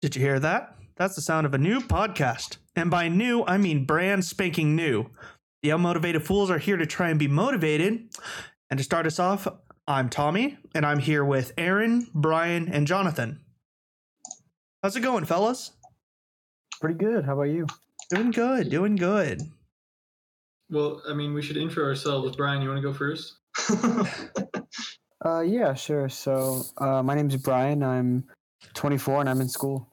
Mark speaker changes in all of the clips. Speaker 1: Did you hear that? That's the sound of a new podcast. And by new, I mean brand spanking new. The unmotivated fools are here to try and be motivated. And to start us off, I'm Tommy, and I'm here with Aaron, Brian, and Jonathan. How's it going, fellas?
Speaker 2: Pretty good. How about you?
Speaker 1: Doing good, doing good.
Speaker 3: Well, I mean, we should intro ourselves. Brian, you want to go first?
Speaker 2: Uh, yeah, sure. So, uh, my name's Brian. I'm 24 and I'm in school.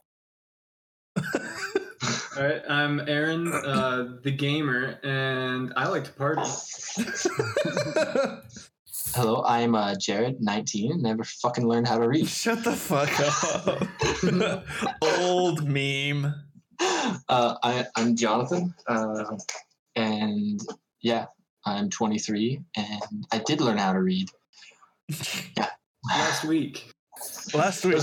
Speaker 3: All right, I'm Aaron, uh, the gamer, and I like to party.
Speaker 4: Hello, I'm uh, Jared, 19, never fucking learned how to read.
Speaker 1: Shut the fuck up. Old meme.
Speaker 4: Uh, I, I'm Jonathan, uh, and yeah, I'm 23, and I did learn how to read.
Speaker 3: Last week.
Speaker 1: Last week.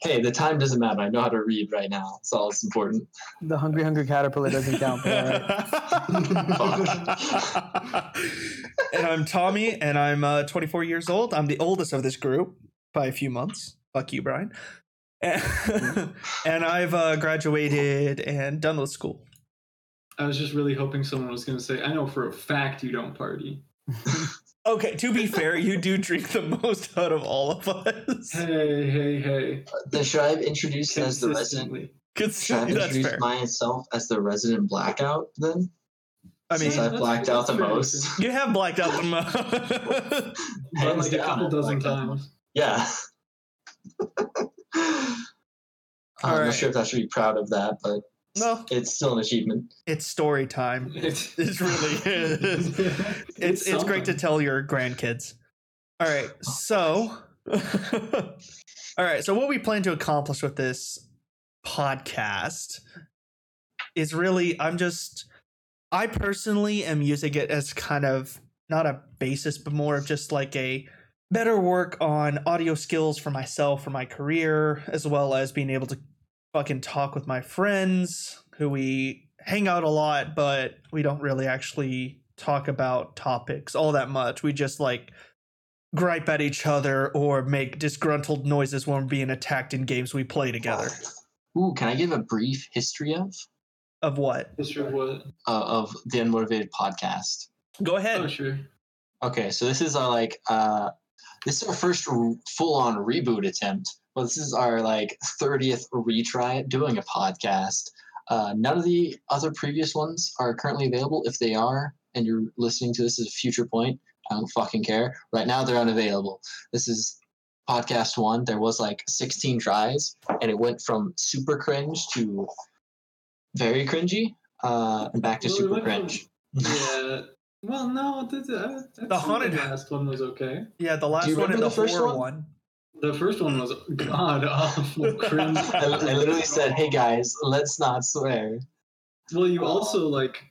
Speaker 4: hey, the time doesn't matter. I know how to read right now. That's all that's important.
Speaker 2: The Hungry Hungry Caterpillar doesn't count. But, uh, all right.
Speaker 1: and I'm Tommy, and I'm uh, 24 years old. I'm the oldest of this group by a few months. Fuck you, Brian. And, and I've uh, graduated and done with school.
Speaker 3: I was just really hoping someone was going to say, I know for a fact you don't party.
Speaker 1: Okay, to be fair, you do drink the most out of all of us.
Speaker 3: Hey, hey, hey.
Speaker 4: Then should I have introduced as the resident?
Speaker 3: Consistently.
Speaker 1: Cons-
Speaker 4: Should I have
Speaker 1: that's
Speaker 4: introduced
Speaker 1: fair.
Speaker 4: myself as the resident blackout then?
Speaker 1: I
Speaker 4: Since
Speaker 1: mean,
Speaker 4: I blacked out the most.
Speaker 1: you have blacked out the
Speaker 4: Oh,
Speaker 1: most.
Speaker 3: But
Speaker 4: Hands
Speaker 3: like a
Speaker 4: down,
Speaker 3: couple
Speaker 4: I
Speaker 3: dozen
Speaker 4: blacked out the most.
Speaker 3: times.
Speaker 4: Yeah. I'm
Speaker 1: Alright.
Speaker 4: not sure if I should be proud of that, but
Speaker 1: well,
Speaker 4: it's still an achievement.
Speaker 1: it's story time.
Speaker 3: It's,
Speaker 1: It really is. it's it's great to
Speaker 3: something.
Speaker 1: tell your grandkids. All right, so all right, so what we plan to accomplish with this podcast is really I'm just I personally am using it as kind of not a basis, but more of just like a better work on audio skills for myself for my career, as well as being able to fucking talk with my friends who we hang out a lot, but we don't really actually talk about topics all that much. We just like gripe at each other or make disgruntled noises when we're being attacked in games we play together.
Speaker 4: Ooh, can I give a brief history of
Speaker 1: Of what?
Speaker 3: Yes, sure, what?
Speaker 4: uh, of the Unmotivated podcast?
Speaker 1: Go
Speaker 3: Oh,
Speaker 1: ahead.
Speaker 3: sure.
Speaker 4: Okay, so this is our like uh, this is our first r- full-on reboot attempt. Well, this is our like thirtieth retry at doing a podcast. Uh, none of the other previous ones are currently available. If they are, and you're listening to this at a future point, I don't fucking care. Right now, they're unavailable. This is podcast one. There was like sixteen tries, and it went from super cringe to very cringy, uh, and back to
Speaker 3: Well, it
Speaker 4: super
Speaker 3: went from-
Speaker 4: cringe.
Speaker 3: Yeah. Well, no, that's, uh, that's
Speaker 1: The haunted-
Speaker 3: last one was okay.
Speaker 1: Yeah, the
Speaker 4: Do
Speaker 1: last
Speaker 4: you
Speaker 1: one and
Speaker 4: remember
Speaker 1: the,
Speaker 4: the first
Speaker 1: horror
Speaker 4: one?
Speaker 1: one.
Speaker 3: The first one was god awful cringe.
Speaker 4: I, I literally said, "Hey guys, let's not swear."
Speaker 3: Well, you also like,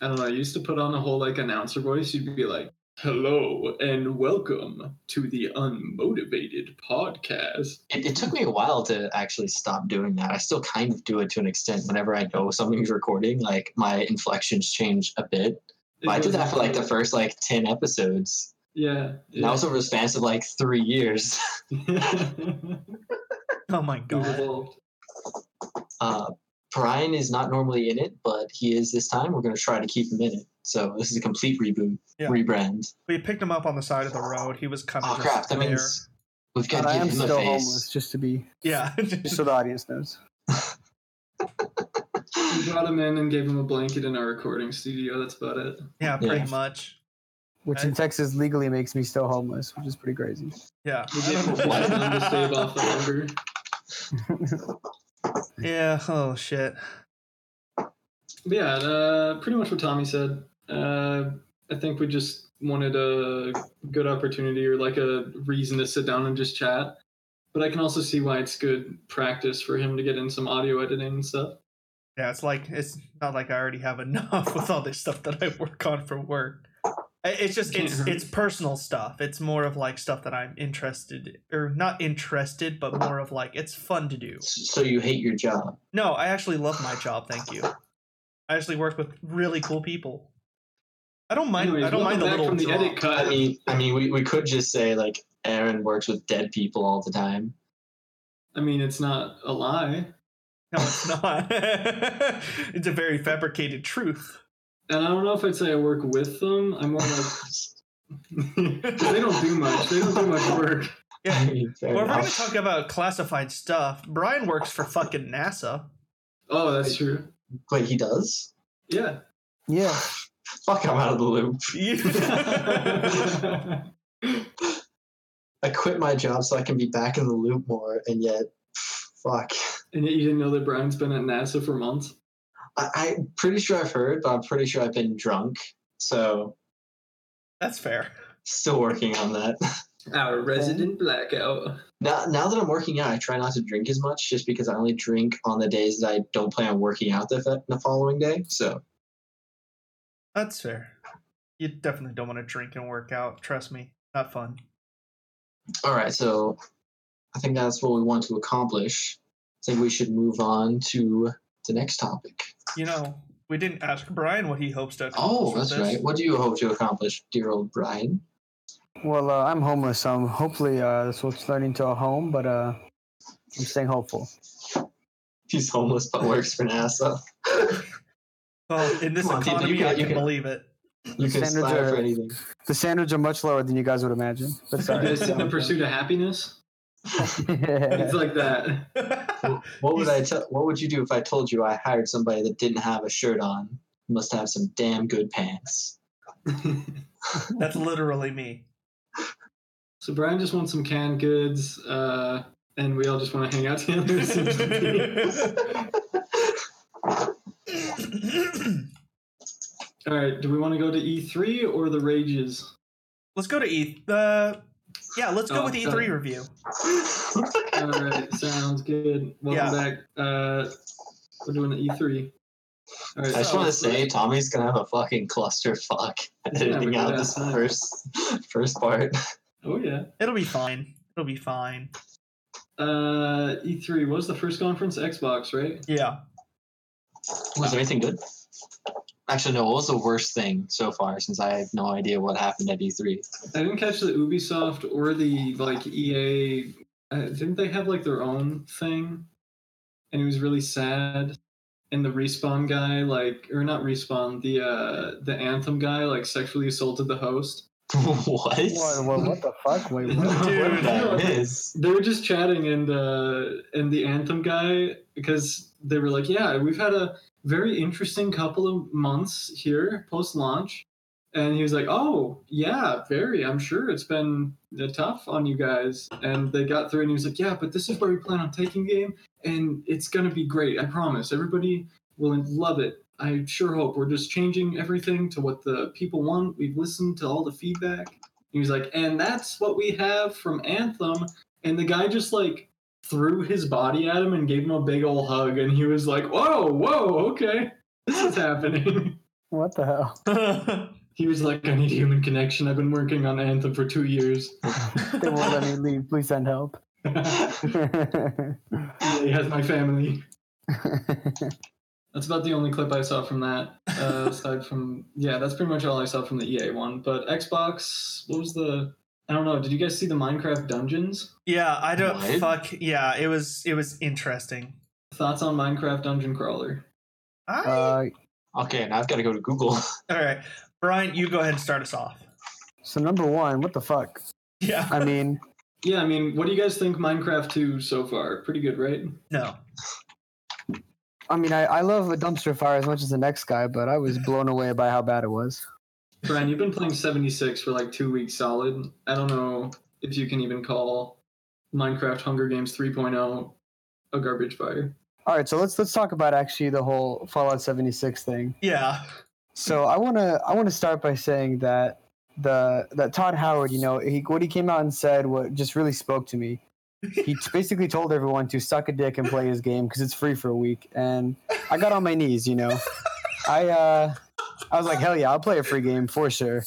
Speaker 3: I don't know. You used to put on a whole like announcer voice. You'd be like, "Hello and welcome to the Unmotivated Podcast."
Speaker 4: It, it took me a while to actually stop doing that. I still kind of do it to an extent whenever I know something's recording. Like my inflections change a bit. But I did that for like the first like ten episodes.
Speaker 3: Yeah.
Speaker 4: And that was over the span of like three years.
Speaker 3: We've
Speaker 1: Oh my god.
Speaker 3: evolved.
Speaker 4: Uh, Brian is not normally in it, but he is this time. We're going to try to keep him in it. So this is a complete reboot,
Speaker 1: Yeah.
Speaker 4: rebrand.
Speaker 1: We picked him up on the side of the road. He was kind
Speaker 4: Oh
Speaker 1: of just
Speaker 4: crap! That
Speaker 1: there.
Speaker 4: means we've got
Speaker 2: But
Speaker 4: to
Speaker 2: I am
Speaker 4: give him a
Speaker 2: still
Speaker 4: face.
Speaker 2: homeless, just to be,
Speaker 1: Yeah.
Speaker 2: just so the audience knows.
Speaker 3: We brought him in and gave him a blanket in our recording studio. That's about it.
Speaker 1: yeah, pretty
Speaker 4: Yeah.
Speaker 1: much.
Speaker 2: Which in Texas legally makes me still homeless, which is pretty crazy.
Speaker 1: Yeah.
Speaker 3: We
Speaker 1: I
Speaker 3: gave him
Speaker 1: don't
Speaker 3: a
Speaker 1: know why-
Speaker 3: watermelon to stave off the hunger.
Speaker 1: yeah, oh shit.
Speaker 3: But yeah, uh, pretty much what Tommy said. Uh, I think we just wanted a good opportunity or like a reason to sit down and just chat. But I can also see why it's good practice for him to get in some audio editing and stuff.
Speaker 1: Yeah, it's like it's not like I already have enough with all this stuff that I work on for work. I- It's just
Speaker 3: Can't
Speaker 1: it's
Speaker 3: hurt.
Speaker 1: it's personal stuff. It's more of like stuff that I'm interested or not interested, but more of like it's fun to do.
Speaker 4: So you hate your job?
Speaker 1: No, I actually love my job. Thank you. I actually work with really cool people. I don't mind.
Speaker 3: Anyways,
Speaker 1: I don't mind the little
Speaker 3: welcome back from the
Speaker 1: drop.
Speaker 3: edit cut.
Speaker 4: I mean, I mean, we, we could just say like Aaron works with dead people all the time.
Speaker 3: I mean, it's not a lie.
Speaker 1: No, it's not. it's a very fabricated truth.
Speaker 3: And I don't know if I'd say I work with them. I'm more like they don't do much. They don't do much work.
Speaker 1: Yeah. Well, we're
Speaker 4: Fair
Speaker 1: going to
Speaker 4: enough.
Speaker 1: talk about classified stuff. Brian works for fucking NASA.
Speaker 3: Oh, that's true.
Speaker 4: Wait, he does?
Speaker 3: Yeah.
Speaker 2: Yeah.
Speaker 4: Fuck, I'm out of the loop.
Speaker 1: You-
Speaker 4: I quit my job so I can be back in the loop more, and yet, fuck.
Speaker 3: And yet you didn't know that Brian's been at NASA for months.
Speaker 4: I, I'm pretty sure I've heard, but I'm pretty sure I've been drunk. So,
Speaker 1: That's fair.
Speaker 4: still working on that.
Speaker 3: Our resident blackout.
Speaker 4: Now, now that I'm working out, I try not to drink as much just because I only drink on the days that I don't plan on working out the, f- the following day. So,
Speaker 1: That's fair. You definitely don't want to drink and work out. Trust me. Not fun.
Speaker 4: all right. So, I think that's what we want to accomplish. I think we should move on to the next topic.
Speaker 1: You know, we didn't ask Brian what he hopes to accomplish.
Speaker 4: Oh,
Speaker 1: with
Speaker 4: that's
Speaker 1: this.
Speaker 4: right. What do you hope to accomplish, dear old Brian?
Speaker 2: Well, uh, I'm homeless, so I'm hopefully uh, this will turn into a home, but uh, I'm staying hopeful.
Speaker 4: He's homeless but works for NASA.
Speaker 1: Well, in this
Speaker 4: Come on, people,
Speaker 1: economy,
Speaker 4: you can-
Speaker 1: I
Speaker 4: you
Speaker 1: can
Speaker 4: can-
Speaker 1: believe it.
Speaker 4: You can
Speaker 2: Standards
Speaker 4: aspire for
Speaker 2: are-
Speaker 4: anything.
Speaker 2: The standards are much lower than you guys would imagine. But
Speaker 3: You
Speaker 2: sorry.
Speaker 3: guys in the pursuit of happiness? It's like that.
Speaker 4: What would
Speaker 1: He's-
Speaker 4: I tell? What would you do if I told you I hired somebody that didn't have a shirt on? Must have some damn good pants.
Speaker 1: that's literally me.
Speaker 3: So Brian just wants some canned goods, uh, and we all just want to hang out together. Seems to be- all right. Do we want to go to E3 or the Rages?
Speaker 1: let's go to E. Uh, yeah, let's go
Speaker 3: Oh,
Speaker 1: with
Speaker 3: go
Speaker 1: E3
Speaker 3: ahead.
Speaker 1: review.
Speaker 3: All right. Sounds good. Welcome back. Uh, we're doing the E3. All right. Oh,
Speaker 4: I just
Speaker 3: so-
Speaker 4: want to say Tommy's gonna have a fucking clusterfuck
Speaker 3: Yeah, we
Speaker 4: editing
Speaker 3: did
Speaker 4: out
Speaker 3: that
Speaker 4: this
Speaker 3: time.
Speaker 4: first first part.
Speaker 3: Oh yeah.
Speaker 1: It'll be fine. It'll be fine.
Speaker 3: Uh, E3 what was the first conference Xbox, right?
Speaker 1: Yeah.
Speaker 4: Was there anything good? Actually, no. What was the worst thing so far? Since I have no idea what happened at E E3.
Speaker 3: I didn't catch the Ubisoft or the like EA. Uh, didn't they have like their own thing? And it was really sad. And the respawn guy, like, or not respawn, the uh, the anthem guy, like, sexually assaulted the host.
Speaker 4: what?
Speaker 2: what, what, what the fuck? Wait, what?
Speaker 1: Dude.
Speaker 4: That is.
Speaker 3: They were just chatting, and uh, and the anthem guy, because they were like, yeah, we've had a very interesting couple of months here post launch, and he was like, oh yeah, very. I'm sure it's been uh, tough on you guys, and they got through, and he was like, yeah, but this is where we plan on taking the game, and it's gonna be great. I promise. Everybody will love it. I sure hope we're just changing everything to what the people want. We've listened to all the feedback. He was like, and that's what we have from Anthem. And the guy just like threw his body at him and gave him a big old hug. And he was like, whoa, whoa, okay, this is happening.
Speaker 2: What the hell?
Speaker 3: he was like, I need human connection. I've been working on Anthem for two years.
Speaker 2: They won't let me leave. Please send help.
Speaker 3: he has my family. That's about the only clip I saw from that. Uh, aside from, yeah, that's pretty much all I saw from the EA one. But Xbox, what was the, I don't know, did you guys see the Minecraft Dungeons?
Speaker 1: yeah, I don't
Speaker 4: What?
Speaker 1: fuck. Yeah, it was it was interesting.
Speaker 3: Thoughts on Minecraft Dungeon Crawler?
Speaker 1: I,
Speaker 2: uh,
Speaker 4: Okay, now I've got to go to Google.
Speaker 1: all right, Brian, you go ahead and start us off.
Speaker 2: so number one, what the fuck?
Speaker 1: Yeah.
Speaker 2: I mean,
Speaker 3: Yeah, I mean, what do you guys think Minecraft 2 so far? Pretty good, right?
Speaker 1: No.
Speaker 2: I mean, I, I love a dumpster fire as much as the next guy, but I was blown away by how bad it was.
Speaker 3: Brian, you've been playing 76 for like two weeks solid. I don't know if you can even call Minecraft Hunger Games 3.0 a garbage fire.
Speaker 2: All right, so let's let's talk about actually the whole Fallout 76 thing.
Speaker 1: Yeah.
Speaker 2: So I want to I want to start by saying that the that Todd Howard, you know, he, what he came out and said what just really spoke to me. He t- basically told everyone to suck a dick and play his game because it's free for a week, and I got on my knees, you know. I uh, I was like, hell yeah, I'll play a free game for sure.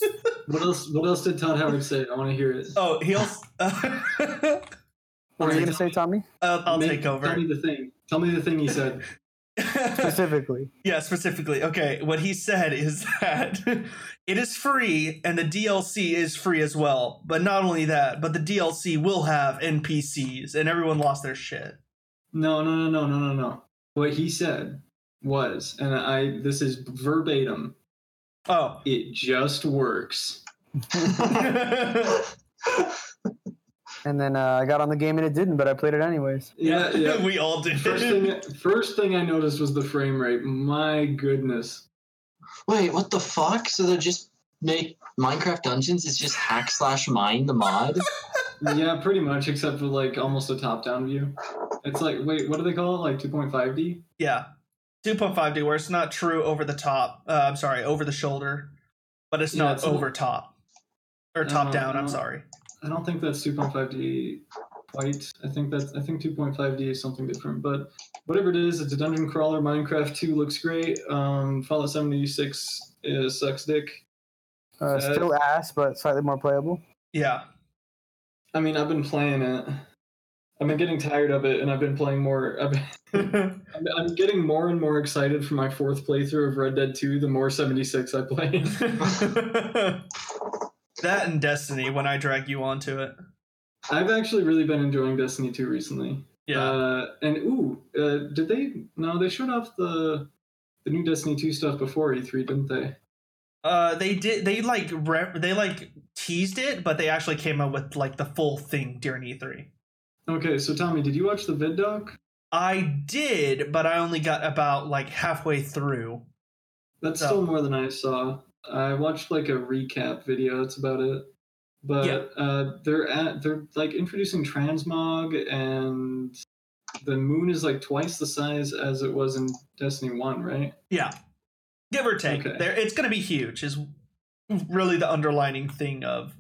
Speaker 3: What else? What else did Todd Howard say? I want to hear it.
Speaker 1: Oh, he'll.
Speaker 2: What were you gonna say, Tommy?
Speaker 1: I'll, I'll
Speaker 3: Make-
Speaker 1: take
Speaker 3: Tell
Speaker 1: over.
Speaker 3: me the thing. Tell me the thing he said.
Speaker 2: Specifically,
Speaker 1: Yeah, specifically. Okay, what he said is that it is free and the DLC is free as well. But not only that, but the DLC will have NPCs and everyone lost their shit.
Speaker 3: No, no, no, no, no, no, no. what he said was, and I this is verbatim.
Speaker 1: Oh.
Speaker 3: It just works.
Speaker 2: And then uh, I got on the game and it didn't, but I played it anyways.
Speaker 3: Yeah, yeah.
Speaker 1: we all did.
Speaker 3: First thing, first thing I noticed was the frame rate. My goodness.
Speaker 4: Wait, what the fuck? So they just make Minecraft Dungeons is just hack slash mine the mod?
Speaker 3: Yeah, pretty much, except for like almost a top-down view. It's like, wait, what do they call it? Like 2.5D?
Speaker 1: yeah. 2.5D, where it's not true over the top. Uh, I'm sorry, over the shoulder, but it's
Speaker 3: Yeah,
Speaker 1: not
Speaker 3: it's a-
Speaker 1: over top or top down. I'm
Speaker 3: Uh,
Speaker 1: sorry.
Speaker 3: I don't think that's 2.5D quite. I think that's I think 2.5D is something different. But whatever it is, it's a dungeon crawler. Minecraft 2 looks great. Um, Fallout 76 is sucks dick.
Speaker 2: Uh,
Speaker 3: Uh,
Speaker 2: still ass, but slightly more playable.
Speaker 1: Yeah.
Speaker 3: I mean, I've been playing it. I've been getting tired of it, and I've been playing more. I've been, I'm- I'm getting more and more excited for my fourth playthrough of Red Dead 2. The more 76 I play,
Speaker 1: that and Destiny when I drag you onto it.
Speaker 3: I've actually really been enjoying Destiny 2 recently.
Speaker 1: Yeah.
Speaker 3: Uh, and ooh, uh, did they? No, they showed off the the new Destiny 2 stuff before E3, didn't they?
Speaker 1: Uh, they did. They like re- they like teased it, but they actually came out with like the full thing during E E3.
Speaker 3: Okay, so Tommy, did you watch the vid doc?
Speaker 1: I did, but I only got about like halfway through.
Speaker 3: That's
Speaker 1: No.
Speaker 3: still more than I saw. I watched like a recap video. That's about it. But
Speaker 1: Yeah.
Speaker 3: uh, they're at they're like introducing transmog, and the moon is like twice the size as it was in Destiny One, right?
Speaker 1: Yeah, give or take.
Speaker 3: Okay.
Speaker 1: There, it's going to be huge. Is really the underlining thing of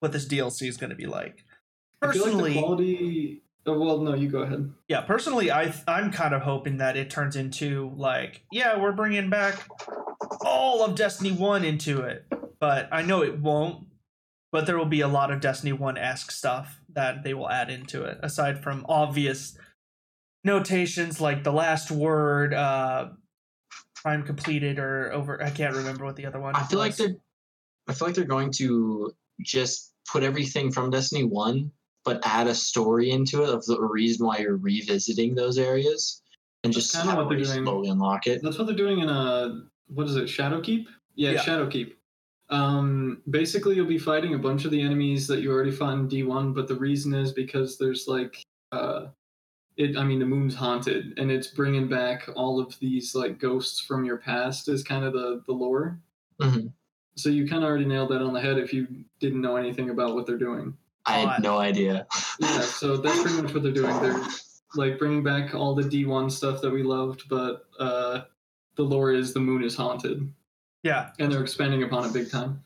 Speaker 1: what this DLC is going to be like.
Speaker 3: I feel like
Speaker 1: Personally,
Speaker 3: the quality. Oh, well, no, you go ahead.
Speaker 1: yeah personally i i'm kind of hoping that it turns into like yeah we're bringing back all of destiny 1 into it but i know it won't but there will be a lot of destiny 1-esque stuff that they will add into it aside from obvious notations like the last word uh prime completed or over i can't remember what the other one
Speaker 4: I feel like
Speaker 1: was.
Speaker 4: they're I feel like they're going to just put everything from Destiny 1 but add a story into it of the reason why you're revisiting those areas and
Speaker 3: That's
Speaker 4: just
Speaker 3: kinda
Speaker 4: have
Speaker 3: what
Speaker 4: where
Speaker 3: they're
Speaker 4: you
Speaker 3: doing.
Speaker 4: slowly unlock it.
Speaker 3: That's what they're doing in a what is it? Shadowkeep? Yeah,
Speaker 1: Yeah.
Speaker 3: Shadowkeep. Um, basically, you'll be fighting a bunch of the enemies that you already fought in D1, but the reason is because there's like, uh, it. I mean, the moon's haunted, and it's bringing back all of these like ghosts from your past. Is kind of the the lore.
Speaker 4: Mhm.
Speaker 3: So you kind of already nailed that on the head if you didn't know anything about what they're doing.
Speaker 4: I had
Speaker 1: Odd.
Speaker 4: no idea.
Speaker 3: Yeah, so that's pretty much what they're doing. They're like bringing back all the D1 stuff that we loved, but uh, the lore is the moon is haunted.
Speaker 1: yeah
Speaker 3: and they're expanding upon it big time.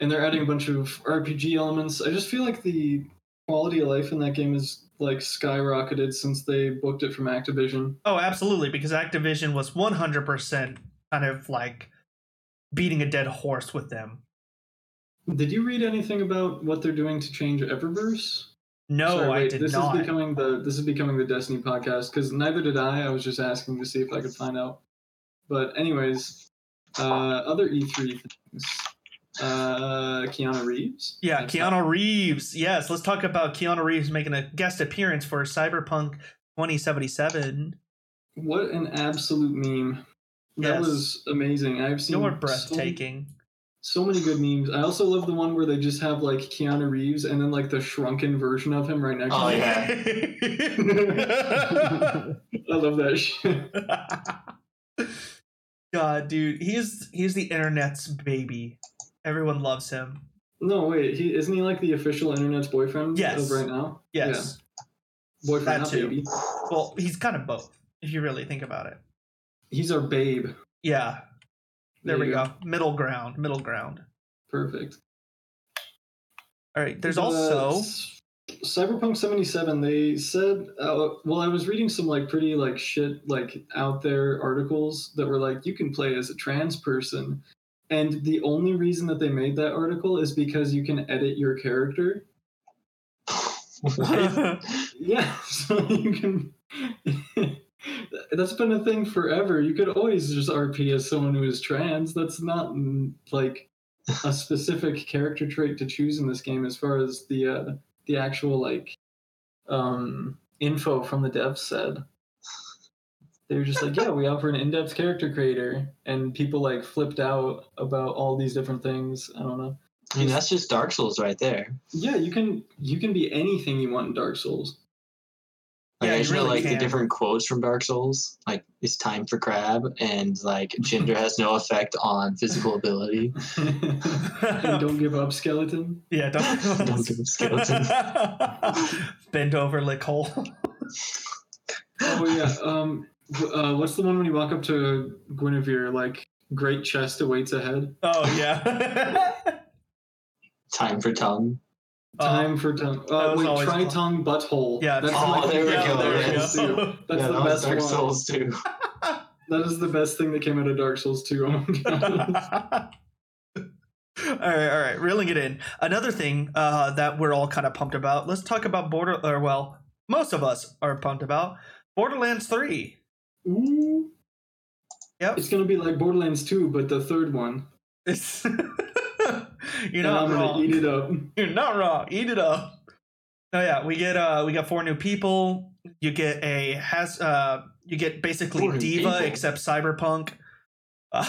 Speaker 3: And they're adding a bunch of RPG elements. I just feel like the quality of life in that game is like skyrocketed since they booked it from Activision.
Speaker 1: oh absolutely because activision was 100% kind of like beating a dead horse with them
Speaker 3: Did you read anything about what they're doing to change Eververse?
Speaker 1: no
Speaker 3: Sorry,
Speaker 1: i
Speaker 3: wait,
Speaker 1: did
Speaker 3: this
Speaker 1: not
Speaker 3: Is becoming the, this is becoming the Destiny podcast because neither did I. I was just asking to see if I could find out. But anyways, uh, other E3 things. Uh, Keanu Reeves.
Speaker 1: Yeah,
Speaker 3: That's not-
Speaker 1: Keanu Reeves. Yes, let's talk about Keanu Reeves making a guest appearance for Cyberpunk 2077.
Speaker 3: What an absolute meme. That
Speaker 1: Yes.
Speaker 3: was amazing. I've seen
Speaker 1: You were
Speaker 3: so-
Speaker 1: breathtaking.
Speaker 3: So, many good memes. I also love the one where they just have like Keanu Reeves and then like the shrunken version of him right next
Speaker 4: Oh,
Speaker 3: to him.
Speaker 4: yeah.
Speaker 3: I love that shit.
Speaker 1: God, dude, he's he's the internet's baby. Everyone loves him.
Speaker 3: No, wait, he isn't he like the official internet's boyfriend
Speaker 1: Yes.
Speaker 3: of right now?
Speaker 1: Yes.
Speaker 3: Yeah. Boyfriend,
Speaker 1: That
Speaker 3: not
Speaker 1: too.
Speaker 3: baby.
Speaker 1: Well, he's kind of both, if you really think about it.
Speaker 3: He's our babe.
Speaker 1: Yeah. There we
Speaker 3: you
Speaker 1: go. Middle ground. Middle ground.
Speaker 3: Perfect.
Speaker 1: All right. There's
Speaker 3: The
Speaker 1: also
Speaker 3: s- Cyberpunk 77 they said uh, well I was reading some like pretty like shit like out there articles that were like you can play as a trans person and the only reason that they made that article is because you can edit your character yeah so you can that's been a thing forever you could always just RP as someone who is trans that's not mm, like a specific character trait to choose in this game as far as the uh, the actual like um info from the dev said they were just like, yeah, we offer an in-depth character creator, and people like flipped out about all these different things. I don't know.
Speaker 4: I mean, that's just Dark Souls right there.
Speaker 3: Yeah, you can you can be anything you want in Dark Souls.
Speaker 4: Like,
Speaker 1: Yeah,
Speaker 4: I
Speaker 1: you
Speaker 4: just know,
Speaker 1: really
Speaker 4: like the
Speaker 1: can.
Speaker 4: different quotes from Dark Souls. Like, it's time for crab, and like gender has no effect on physical ability.
Speaker 3: and don't give up, skeleton.
Speaker 1: yeah, don't.
Speaker 4: Don't give a skeleton.
Speaker 1: Bend over, lick hole.
Speaker 3: Oh yeah. Um, w- uh, what's the one when you walk up to Guinevere? Like, great chest awaits ahead.
Speaker 1: Oh yeah.
Speaker 4: Time for tongue.
Speaker 1: Um,
Speaker 3: Time for tongue.
Speaker 1: that
Speaker 3: Uh,
Speaker 1: was
Speaker 3: wait,
Speaker 1: always
Speaker 3: try
Speaker 1: fun.
Speaker 3: tongue butthole.
Speaker 1: yeah.
Speaker 3: That's
Speaker 4: Oh,
Speaker 3: my-
Speaker 4: there we
Speaker 3: yeah,
Speaker 4: go,
Speaker 3: there it
Speaker 4: yes.
Speaker 3: is, too. That's
Speaker 4: yeah,
Speaker 3: the
Speaker 4: that was
Speaker 3: best
Speaker 4: Dark
Speaker 3: one.
Speaker 4: Souls too.
Speaker 3: That is the best thing that came out of Dark Souls 2. Oh my god.
Speaker 1: all right, all right, reeling it in. Another thing uh, that we're all kind of pumped about. Let's talk about Border. Or well, most of us are pumped about Borderlands Three.
Speaker 3: Ooh.
Speaker 1: Yep.
Speaker 3: It's gonna be like Borderlands 2, but the third one.
Speaker 1: It's- You're
Speaker 3: and
Speaker 1: not
Speaker 3: I'm gonna
Speaker 1: wrong.
Speaker 3: eat it up.
Speaker 1: You're not wrong. Eat it up. No, yeah, we get uh, we got four new people. You get a has uh, you get basically
Speaker 4: Four new
Speaker 1: diva
Speaker 4: people?
Speaker 1: except cyberpunk. Uh,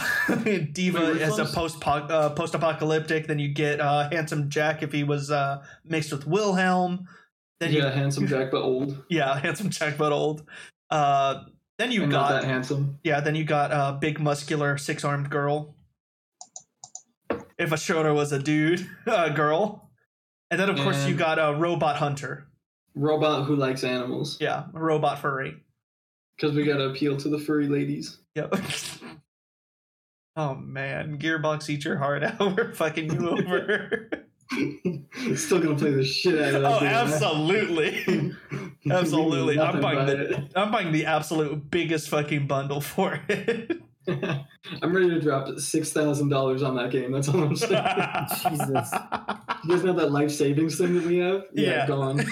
Speaker 1: diva
Speaker 3: Wait, which
Speaker 1: as a
Speaker 3: ones?
Speaker 1: post uh, post apocalyptic. Then you get uh, handsome Jack if he was uh, mixed with Wilhelm. Then
Speaker 3: yeah, handsome Jack, but old.
Speaker 1: you yeah handsome Jack but old. Uh, then you
Speaker 3: and
Speaker 1: got
Speaker 3: not that handsome.
Speaker 1: yeah, then you got a big muscular six armed girl. If a shoulder was a dude, a girl. And then of course you
Speaker 3: And-
Speaker 1: got a robot hunter.
Speaker 3: Robot who likes animals.
Speaker 1: Yeah, a robot furry.
Speaker 3: Because we gotta appeal to the furry ladies.
Speaker 1: Yep. oh man, Gearbox eat your heart out. We're fucking you over.
Speaker 3: Still gonna play the shit out of that.
Speaker 1: oh,
Speaker 3: game.
Speaker 1: absolutely.
Speaker 3: You
Speaker 1: absolutely.
Speaker 3: mean
Speaker 1: I'm
Speaker 3: nothing
Speaker 1: buying
Speaker 3: by
Speaker 1: the I'm buying the absolute biggest fucking bundle for it.
Speaker 3: it. I'm ready to drop six thousand dollars on that game. That's all I'm saying.
Speaker 2: Jesus.
Speaker 3: you guys know that life savings thing that we have?
Speaker 1: Yeah.
Speaker 3: gone.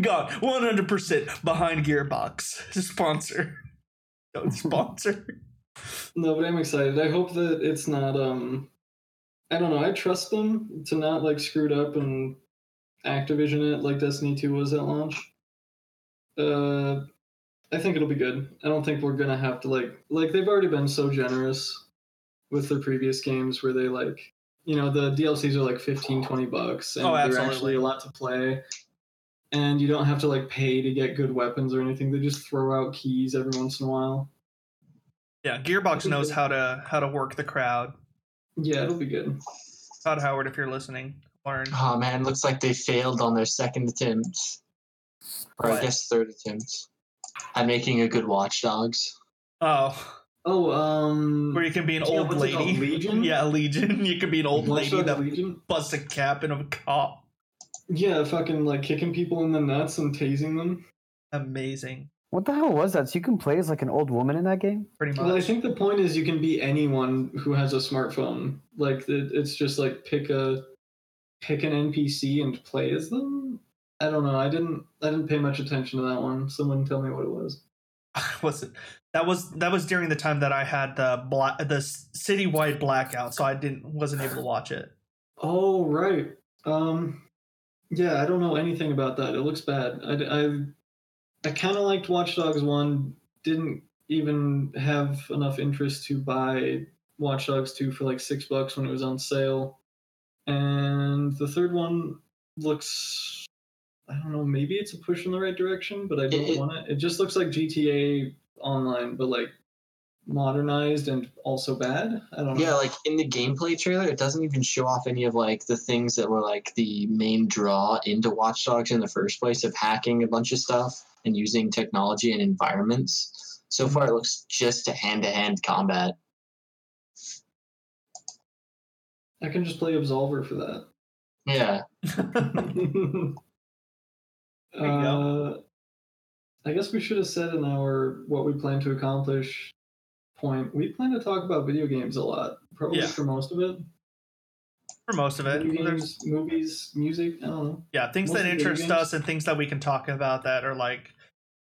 Speaker 1: God, 100% behind Gearbox. Sponsor. Don't sponsor.
Speaker 3: No, but I'm excited. I hope that it's not um I don't know, I trust them to not like screw it up and Activision it like Destiny 2 was at launch. Uh I think it'll be good. I don't think we're gonna have to like like they've already been so generous with their previous games where they like you know the DLCs are like 15 20 bucks and
Speaker 1: Oh,
Speaker 3: they're
Speaker 1: absolutely.
Speaker 3: actually a lot to play and you don't have to like pay to get good weapons or anything. They just throw out keys every once in a while.
Speaker 1: Yeah, Gearbox knows how to how to work the crowd.
Speaker 3: Yeah, it'll be good.
Speaker 1: Todd Howard, if you're listening, learn.
Speaker 4: Oh man, looks like they failed on their second attempt, or
Speaker 1: What?
Speaker 4: I guess third attempt, at making a good Watch Dogs.
Speaker 1: Oh,
Speaker 3: Oh, um,
Speaker 1: where you can be an
Speaker 3: you know
Speaker 1: old
Speaker 3: what's it called,
Speaker 1: lady.
Speaker 3: Legion?
Speaker 1: Yeah, Legion. You can be an old lady
Speaker 3: Watch Dogs
Speaker 1: that
Speaker 3: Legion?
Speaker 1: busts a cap in a cop.
Speaker 3: Yeah, fucking like kicking people in the nuts and tasing them.
Speaker 1: Amazing.
Speaker 2: What the hell was that? So you can play as like an old woman in that game?
Speaker 1: Pretty much.
Speaker 3: Well, I think the point is you can be anyone who has a smartphone. Like it, it's just like pick a pick an NPC and play as them. I don't know. I didn't. I didn't pay much attention to that one. Someone tell me what it was.
Speaker 1: was it? That was that was during the time that I had the black the s- citywide blackout, so I didn't wasn't able to watch it.
Speaker 3: Oh right. Um, yeah, I don't know anything about that. It looks bad. I I, I kind of liked Watch Dogs one. Didn't even have enough interest to buy Watch Dogs two for like six bucks when it was on sale, and the third one looks. I don't know. Maybe it's a push in the right direction, but I don't
Speaker 4: it-
Speaker 3: want it. It just looks like GTA Online, but like modernized and also bad. I don't know.
Speaker 4: Yeah, like in the gameplay trailer, it doesn't even show off any of like the things that were like the main draw into Watch Dogs in the first place of hacking a bunch of stuff and using technology and environments. So far, it looks just to hand-to-hand combat.
Speaker 3: I can just play Absolver for that.
Speaker 4: Yeah,
Speaker 1: go.
Speaker 3: uh, I guess we should have said in our what we plan to accomplish point. We plan to talk about video games a lot, probably
Speaker 1: Yeah.
Speaker 3: for most of it.
Speaker 1: For most of it,
Speaker 3: Video
Speaker 1: there's
Speaker 3: games, movies, music. I don't know.
Speaker 1: Yeah, things that
Speaker 3: Mostly video
Speaker 1: interest
Speaker 3: games.
Speaker 1: us and things that we can talk about that are like,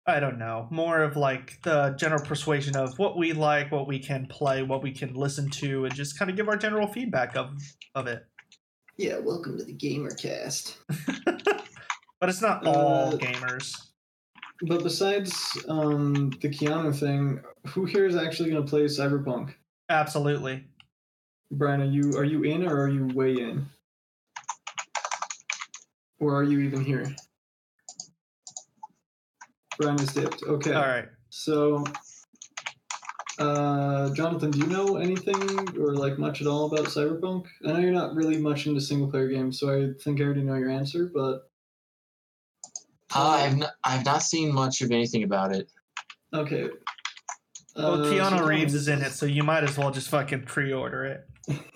Speaker 1: I don't know, more of like the general persuasion of what we like, what we can play, what we can listen to, and just kind of give our general feedback of of it.
Speaker 3: Yeah, welcome to the gamer cast.
Speaker 1: But it's not all
Speaker 3: Uh,
Speaker 1: gamers.
Speaker 3: But besides um, the Keanu thing, who here is actually going to play Cyberpunk?
Speaker 1: Absolutely.
Speaker 3: Brian, are you are you in or are you way in? Or are you even here? Brian is dipped. Okay.
Speaker 1: All right.
Speaker 3: So, uh, Jonathan, do you know anything or like much at all about Cyberpunk? I know you're not really much into single player games, so I think I already know your answer. But
Speaker 4: I've Uh, n- I've not seen much of anything about it.
Speaker 3: okay.
Speaker 1: Well,
Speaker 3: Uh, so
Speaker 1: Keanu
Speaker 3: Tom-
Speaker 1: Reeves is in it, so you might as well just fucking pre-order it.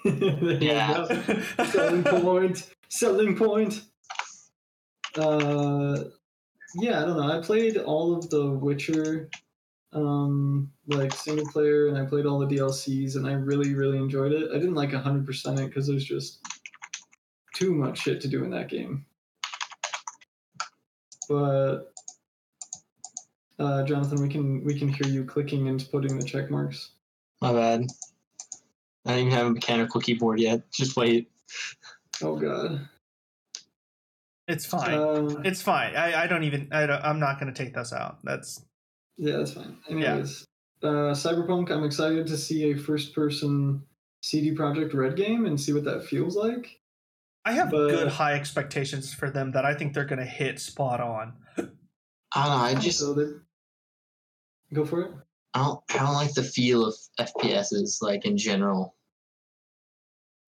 Speaker 3: There you
Speaker 4: Yeah.
Speaker 3: go. selling point. Selling point. Uh, yeah, I don't know. I played all of the Witcher, um, like single player, and I played all the DLCs, and I really, really enjoyed it. I didn't like hundred percent it because there's just too much shit to do in that game. But uh, Jonathan, we can we can hear you clicking and putting the check marks.
Speaker 4: My bad. I don't even have a mechanical keyboard yet. Just wait.
Speaker 3: Oh God.
Speaker 1: it's fine.
Speaker 3: Uh,
Speaker 1: it's fine. I, I don't even. I don't, I'm not going to take this out. That's
Speaker 3: Yeah, that's fine. Anyways, uh, Cyberpunk, I'm excited to see a first person CD Project Red game and see what that feels like.
Speaker 1: I have
Speaker 3: But-
Speaker 1: good high expectations for them that I think they're going to hit spot on.
Speaker 4: I don't know. I just
Speaker 3: so they go for it.
Speaker 4: I don't, I don't like the feel of FPSs like in general.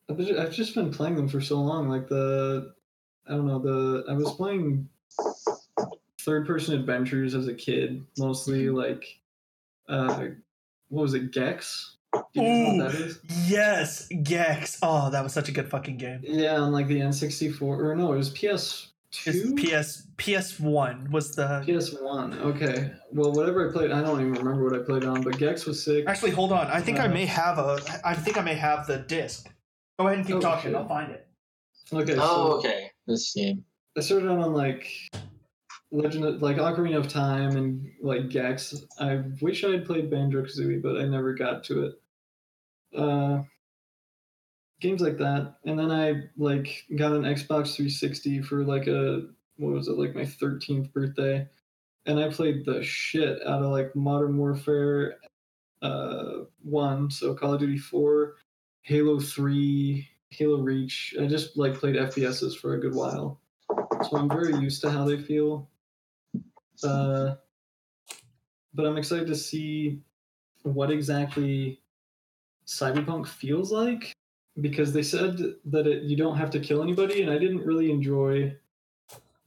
Speaker 3: I've been- I've just been playing them for so long. Like the, I don't know the. I was playing third person adventures as a kid, mostly like, uh, what was it, Gex? Do you guys know what that is?
Speaker 1: Yes, Gex. Oh, that was such a good fucking game.
Speaker 3: Yeah, on like the N64 or no, it was PS2.
Speaker 1: It's PS PS One was the.
Speaker 3: PS1. Okay. Well, whatever I played, I don't even remember what I played on, but Gex was sick.
Speaker 1: Actually, hold on. I think I
Speaker 3: Uh,
Speaker 1: may have a. I think I may have the disc. Go ahead and keep
Speaker 3: Oh,
Speaker 1: talking.
Speaker 3: shit.
Speaker 1: I'll find it.
Speaker 3: Okay.
Speaker 4: Oh,
Speaker 3: so
Speaker 4: okay. This game.
Speaker 3: I started out on like Legend of like Ocarina of Time and like Gex. I wish I had played Banjo Kazooie, but I never got to it. Uh, games like that, and then I like got an Xbox 360 for like a what was it like my 13th birthday, and I played the shit out of like Modern Warfare, uh, one so Call of Duty 4, Halo 3, Halo Reach. I just like played FPSs for a good while so I'm very used to how they feel. Uh, but I'm excited to see what exactly cyberpunk feels like because they said that it, you don't have to kill anybody, and I didn't really enjoy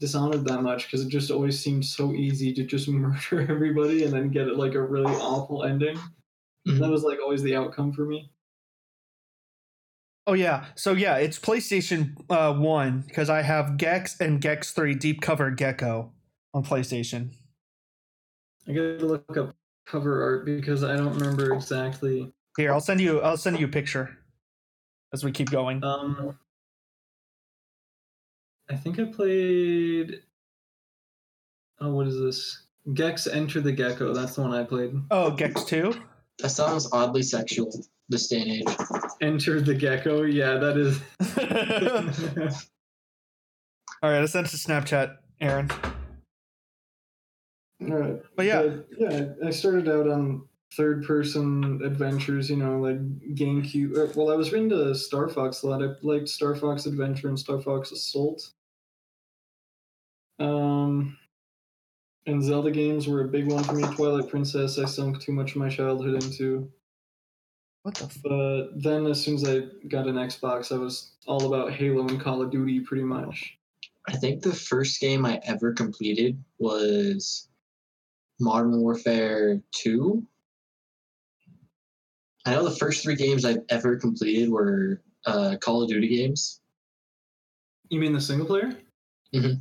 Speaker 3: Dishonored that much because it just always seemed so easy to just murder everybody and then get like a really awful ending. That was like always the outcome for me.
Speaker 1: Oh yeah. So yeah, it's PlayStation uh, One because I have Gex and Gex Three Deep Cover Gecko on PlayStation.
Speaker 3: I gotta look up cover art because I don't remember exactly.
Speaker 1: Here, I'll send you. I'll send you a picture as we keep going.
Speaker 3: Um, I think I played. Oh, what is this? Gex Enter the Gecko. That's the one I played.
Speaker 1: Oh, Gex Two.
Speaker 4: That sounds oddly sexual this day and age.
Speaker 3: Enter the Gecko. Yeah, that is.
Speaker 1: All right, I sent it to Snapchat, Aaron.
Speaker 3: All right.
Speaker 1: But yeah,
Speaker 3: yeah, I started out on third person adventures, you know, like GameCube. uh, Well, I was into Star Fox a lot. I liked Star Fox Adventure and Star Fox Assault. Um, and Zelda games were a big one for me. Twilight Princess, I sunk too much of my childhood into.
Speaker 1: what the? F-
Speaker 3: But then, as soon as I got an Xbox, I was all about Halo and Call of Duty pretty much.
Speaker 4: I think the first game I ever completed was Modern Warfare 2. I know the first three games I've ever completed were uh, Call of Duty games.
Speaker 3: You mean the single player?
Speaker 1: Damn,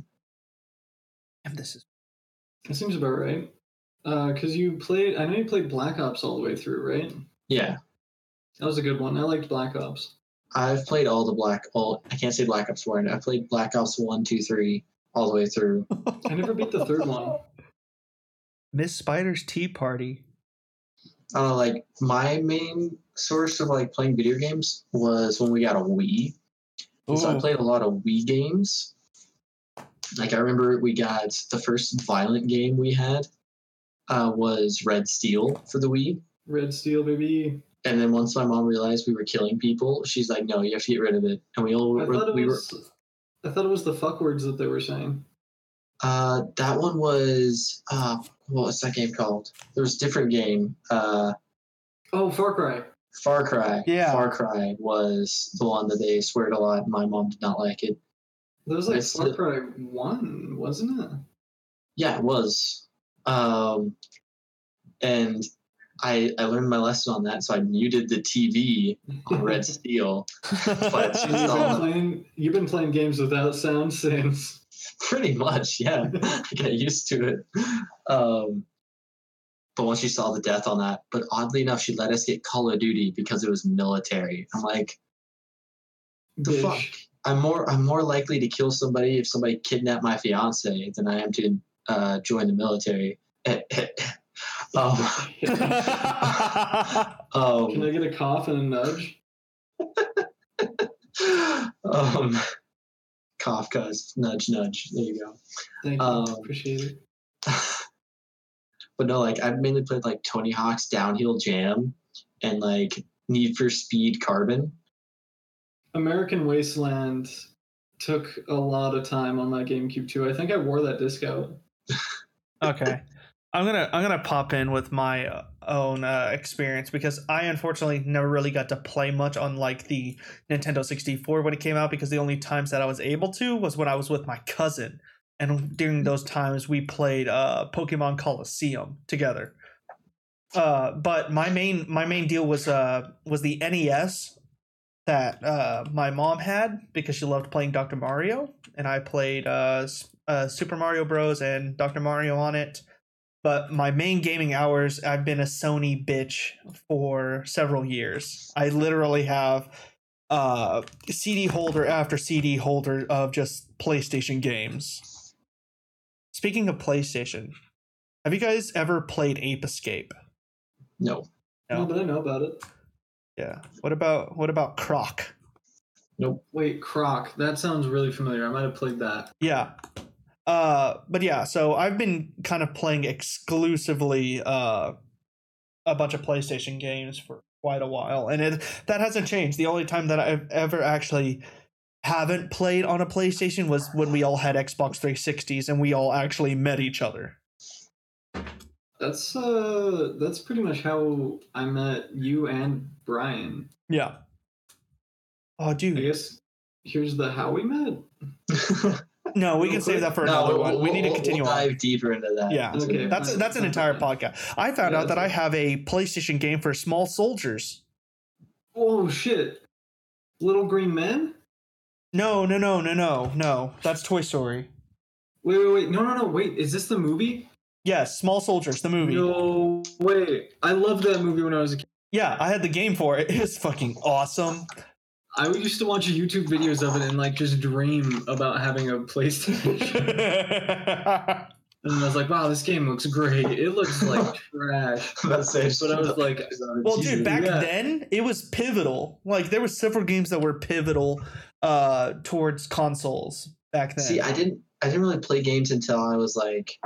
Speaker 1: this is.
Speaker 3: That seems about right. Because you played, I know you played Black Ops all the way through, right?
Speaker 4: Yeah,
Speaker 3: That was a good one. I liked Black Ops.
Speaker 4: I've played all the Black, all I can't say Black Ops 4, I played Black Ops 1, 2, 3 all the way through.
Speaker 3: I never beat the third one.
Speaker 1: Miss Spider's Tea Party.
Speaker 4: I don't know, like my main source of like playing video games was when we got a Wii. And So I
Speaker 1: Ooh.
Speaker 4: played a lot of Wii games. Like I remember we got the first violent game we had uh, was Red Steel for the Wii.
Speaker 3: Red Steel, baby.
Speaker 4: And then once my mom realized we were killing people, she's like, "No, you have to get rid of it." And we all
Speaker 3: I thought it
Speaker 4: we were
Speaker 3: was. I thought it was the fuck words that they were saying.
Speaker 4: Uh, that one was uh, what was that game called? There was a different game. Uh,
Speaker 3: Oh, Far Cry.
Speaker 4: Far Cry.
Speaker 1: Yeah.
Speaker 4: Far Cry was the one that they sweared a lot. My mom did not like it.
Speaker 3: That was like
Speaker 4: It's
Speaker 3: Far
Speaker 4: the-
Speaker 3: Cry One, wasn't it?
Speaker 4: Yeah, it was. Um, and I I learned my lesson on that, so I muted the TV on Red Steel. But she
Speaker 3: You've been,
Speaker 4: was all-
Speaker 3: playing, you've been playing games without sound since.
Speaker 4: Pretty much, yeah. I got used to it. Um, but once she saw the death on that, but oddly enough, she let us get Call of Duty because it was military. I'm like, the
Speaker 3: bitch.
Speaker 4: fuck? I'm more I'm more likely to kill somebody if somebody kidnapped my fiance than I am to uh, join the military. um,
Speaker 3: Can
Speaker 4: um,
Speaker 3: I get a cough and a nudge?
Speaker 4: um, cough, cuz nudge, nudge. There you go.
Speaker 3: Thank you.
Speaker 4: Um,
Speaker 3: Appreciate it.
Speaker 4: But no, like I've mainly played like Tony Hawk's Downhill Jam and like Need for Speed Carbon.
Speaker 3: American Wasteland took a lot of time on my GameCube too. I think I wore that disc out.
Speaker 1: okay i'm gonna i'm gonna pop in with my uh, own uh, experience because i unfortunately never really got to play much on like the nintendo 64 when it came out because the only times that i was able to was when i was with my cousin and during those times we played uh pokemon coliseum together uh but my main my main deal was uh was the nes that uh my mom had because she loved playing dr mario and I played uh, S- uh, Super Mario Bros. and Dr. Mario on it. But my main gaming hours, I've been a Sony bitch for several years. I literally have uh, CD holder after CD holder of just PlayStation games. Speaking of PlayStation, have you guys ever played Ape Escape?
Speaker 4: No,
Speaker 1: No.
Speaker 3: No, but I know about it.
Speaker 1: Yeah. What about what about Croc?
Speaker 3: Wait, Croc. That sounds really familiar. I might have played that.
Speaker 1: Yeah. Uh but yeah, so I've been kind of playing exclusively uh a bunch of PlayStation games for quite a while and it that hasn't changed. The only time that I've ever actually haven't played on a PlayStation was when we all had Xbox 360s and we all actually met each other.
Speaker 3: That's uh, that's pretty much how I met you and Brian.
Speaker 1: Yeah. Oh
Speaker 3: I
Speaker 1: dude.
Speaker 3: guess here's the how we met.
Speaker 1: No, we can save that for another
Speaker 4: we'll-
Speaker 1: one. We
Speaker 4: we'll-
Speaker 1: need to
Speaker 4: we'll-
Speaker 1: continue
Speaker 4: we'll
Speaker 1: on.
Speaker 4: dive deeper into that.
Speaker 1: Yeah.
Speaker 3: Okay.
Speaker 1: That's that's an entire podcast. I found
Speaker 3: Yeah,
Speaker 1: out that
Speaker 3: that's
Speaker 1: I
Speaker 3: it.
Speaker 1: have a PlayStation game for small soldiers.
Speaker 3: Oh shit! Little Green Men.
Speaker 1: No, no, no, no, no, no. That's Toy Story.
Speaker 3: Wait, wait, wait! No, no, no! Wait, is this the movie?
Speaker 1: Yes, Small Soldiers, the movie.
Speaker 3: No way! I loved that movie when I was a kid.
Speaker 1: Yeah, I had the game for it. It's fucking awesome.
Speaker 3: I used to watch YouTube videos of it and like just dream about having a PlayStation.
Speaker 1: yeah,
Speaker 3: and I was like, wow, this game looks great. It looks like trash.
Speaker 4: That's it.
Speaker 3: But I was like,
Speaker 1: well, dude, back
Speaker 3: Yeah.
Speaker 1: then it was pivotal. Like there were several games that were pivotal uh towards consoles back then.
Speaker 4: See, I didn't I didn't really play games until I was like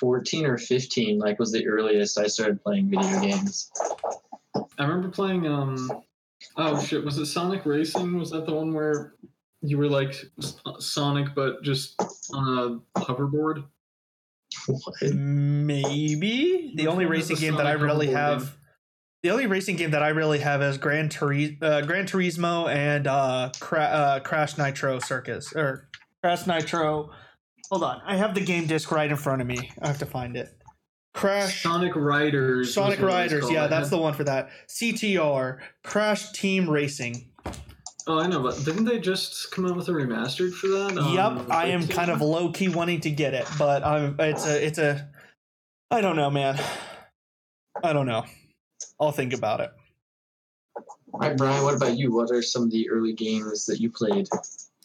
Speaker 4: 14 or 15, like was the earliest I started playing video games.
Speaker 3: I remember playing um oh shit, was it Sonic Racing? Was that the one where you were like S- uh, Sonic but just on a hoverboard?
Speaker 4: What?
Speaker 1: Maybe the
Speaker 3: Which
Speaker 1: only
Speaker 3: one has
Speaker 1: racing
Speaker 3: the
Speaker 1: game that I
Speaker 3: Sonic
Speaker 1: really
Speaker 3: hoverboard
Speaker 1: have.
Speaker 3: in?
Speaker 1: The only racing game that I really have is Gran, Turi- uh, Gran Turismo and uh, Cra- uh, Crash Nitro Circus or Crash Nitro. Hold on, I have the game disc right in front of me. I have to find it. Crash
Speaker 3: Sonic Riders. was
Speaker 1: Uh, Sonic
Speaker 3: what it was
Speaker 1: Riders,
Speaker 3: called.
Speaker 1: yeah,
Speaker 3: I
Speaker 1: that's
Speaker 3: had-
Speaker 1: the one for that. CTR Crash Team Racing.
Speaker 3: Oh, I know, but didn't they just come out with a remastered for that? Um, on
Speaker 4: Um,
Speaker 1: Yep, I am
Speaker 3: PlayStation?
Speaker 1: kind of low key wanting to get it, but I'm. It's a. It's a. I don't know, man. I don't know. I'll think about it.
Speaker 4: All right, Brian, what about you? What are some of the early games that you played?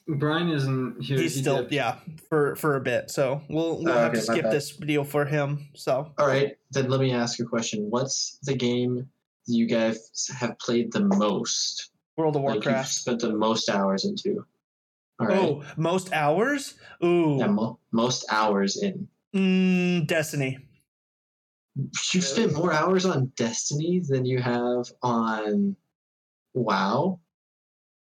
Speaker 3: Brian isn't here.
Speaker 1: he's
Speaker 3: he
Speaker 1: still
Speaker 3: dipped.
Speaker 1: yeah for for a bit so we'll we'll
Speaker 4: Oh,
Speaker 1: have
Speaker 4: okay,
Speaker 1: to
Speaker 4: my
Speaker 1: skip
Speaker 4: bad.
Speaker 1: this deal for him so
Speaker 4: All right, then let me ask you a question. What's the game you guys have played the most?
Speaker 1: world of
Speaker 4: Like you've
Speaker 1: warcraft
Speaker 4: spent the most hours into? All right.
Speaker 1: Oh, most hours? Ooh.
Speaker 4: Yeah, mo- most hours in.
Speaker 1: Mm, Destiny.
Speaker 4: You've spent more hours on Destiny than you have on WoW.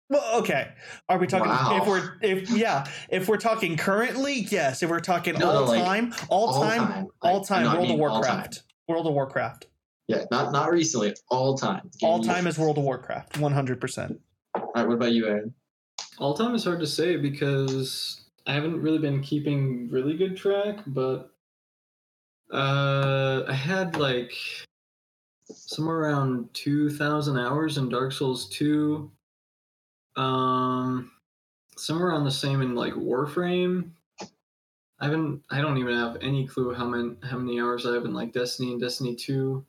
Speaker 1: Well, okay. Are we talking
Speaker 4: Wow.
Speaker 1: if we're if yeah, if we're talking currently, yes. If we're talking
Speaker 4: No, no,
Speaker 1: all,
Speaker 4: like,
Speaker 1: time, all, time,
Speaker 4: Like,
Speaker 1: all time,
Speaker 4: no, I
Speaker 1: World of
Speaker 4: mean all time.
Speaker 1: Warcraft. World of Warcraft.
Speaker 4: Yeah, not not recently. All time.
Speaker 1: All time is World of Warcraft, one hundred percent.
Speaker 4: All right. What about you, Aaron?
Speaker 3: All time is hard to say because I haven't really been keeping really good track, but uh, I had like somewhere around 2,000 hours in Dark Souls 2. Um, somewhere around the same in like Warframe. I haven't. I don't even have any clue how many how many hours I have in like Destiny and Destiny 2.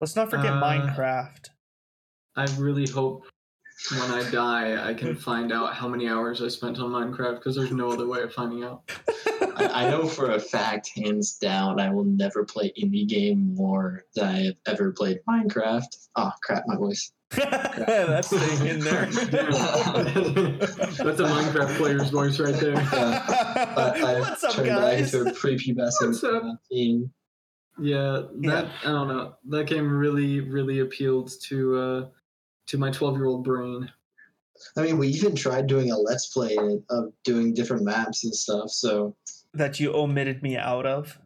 Speaker 1: Let's not forget
Speaker 3: Uh,
Speaker 1: Minecraft.
Speaker 3: I really hope when I die, I can find out how many hours I spent on Minecraft because there's no other way of finding out.
Speaker 4: I, I know for a fact, hands down, I will never play any game more than I have ever played Minecraft. Oh crap, my voice.
Speaker 1: That's staying in there.
Speaker 3: That's a Minecraft player's voice right there.
Speaker 4: But I've
Speaker 1: What's up,
Speaker 4: turned
Speaker 1: guys?
Speaker 4: into a prepubescent
Speaker 3: What's up?
Speaker 4: teen.
Speaker 3: Yeah, that I don't know. That game really, really appealed to uh, to my 12 year old brain.
Speaker 4: I mean, we even tried doing a let's play of doing different maps and stuff. So,
Speaker 1: That you omitted me out of.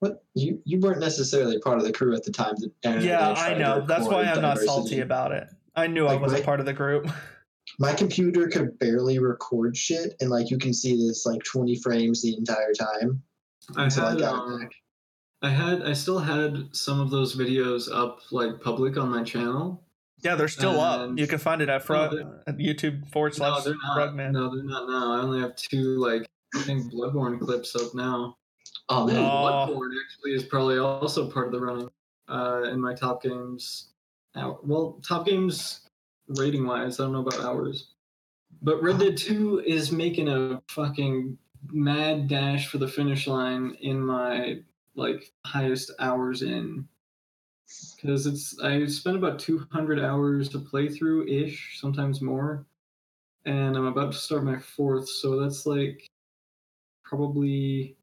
Speaker 4: what you you weren't necessarily part of the crew at the time. That Aaron and
Speaker 1: Yeah,
Speaker 4: tried
Speaker 1: I
Speaker 4: to
Speaker 1: know. That's why
Speaker 4: record
Speaker 1: I'm not
Speaker 4: diversity.
Speaker 1: salty about it. I knew I
Speaker 4: Like,
Speaker 1: wasn't
Speaker 4: like-
Speaker 1: part of the group.
Speaker 4: My computer could barely record shit, and like you can see this like 20 frames the entire time.
Speaker 3: I
Speaker 4: Until I
Speaker 3: had,
Speaker 4: got it
Speaker 3: um, I had, I still had some of those videos up like public on my channel.
Speaker 1: Yeah, they're still up.
Speaker 3: And-
Speaker 1: You can find it at, frog, at YouTube forward
Speaker 3: No,
Speaker 1: slash
Speaker 3: they're not.
Speaker 1: Frogman.
Speaker 3: No, they're not now. I only have two like I think Bloodborne clips up now.
Speaker 4: Oh
Speaker 3: Ooh,
Speaker 4: man,
Speaker 1: No. Oh.
Speaker 3: Bloodborne actually is probably also part of the running uh, in my top games. Hour. Well, top games rating wise, I don't know about hours. But Red Dead 2 is making a fucking mad dash for the finish line in my like highest hours in because it's I spent about 200 hours to play through ish, sometimes more, and I'm about to start my fourth, so that's like probably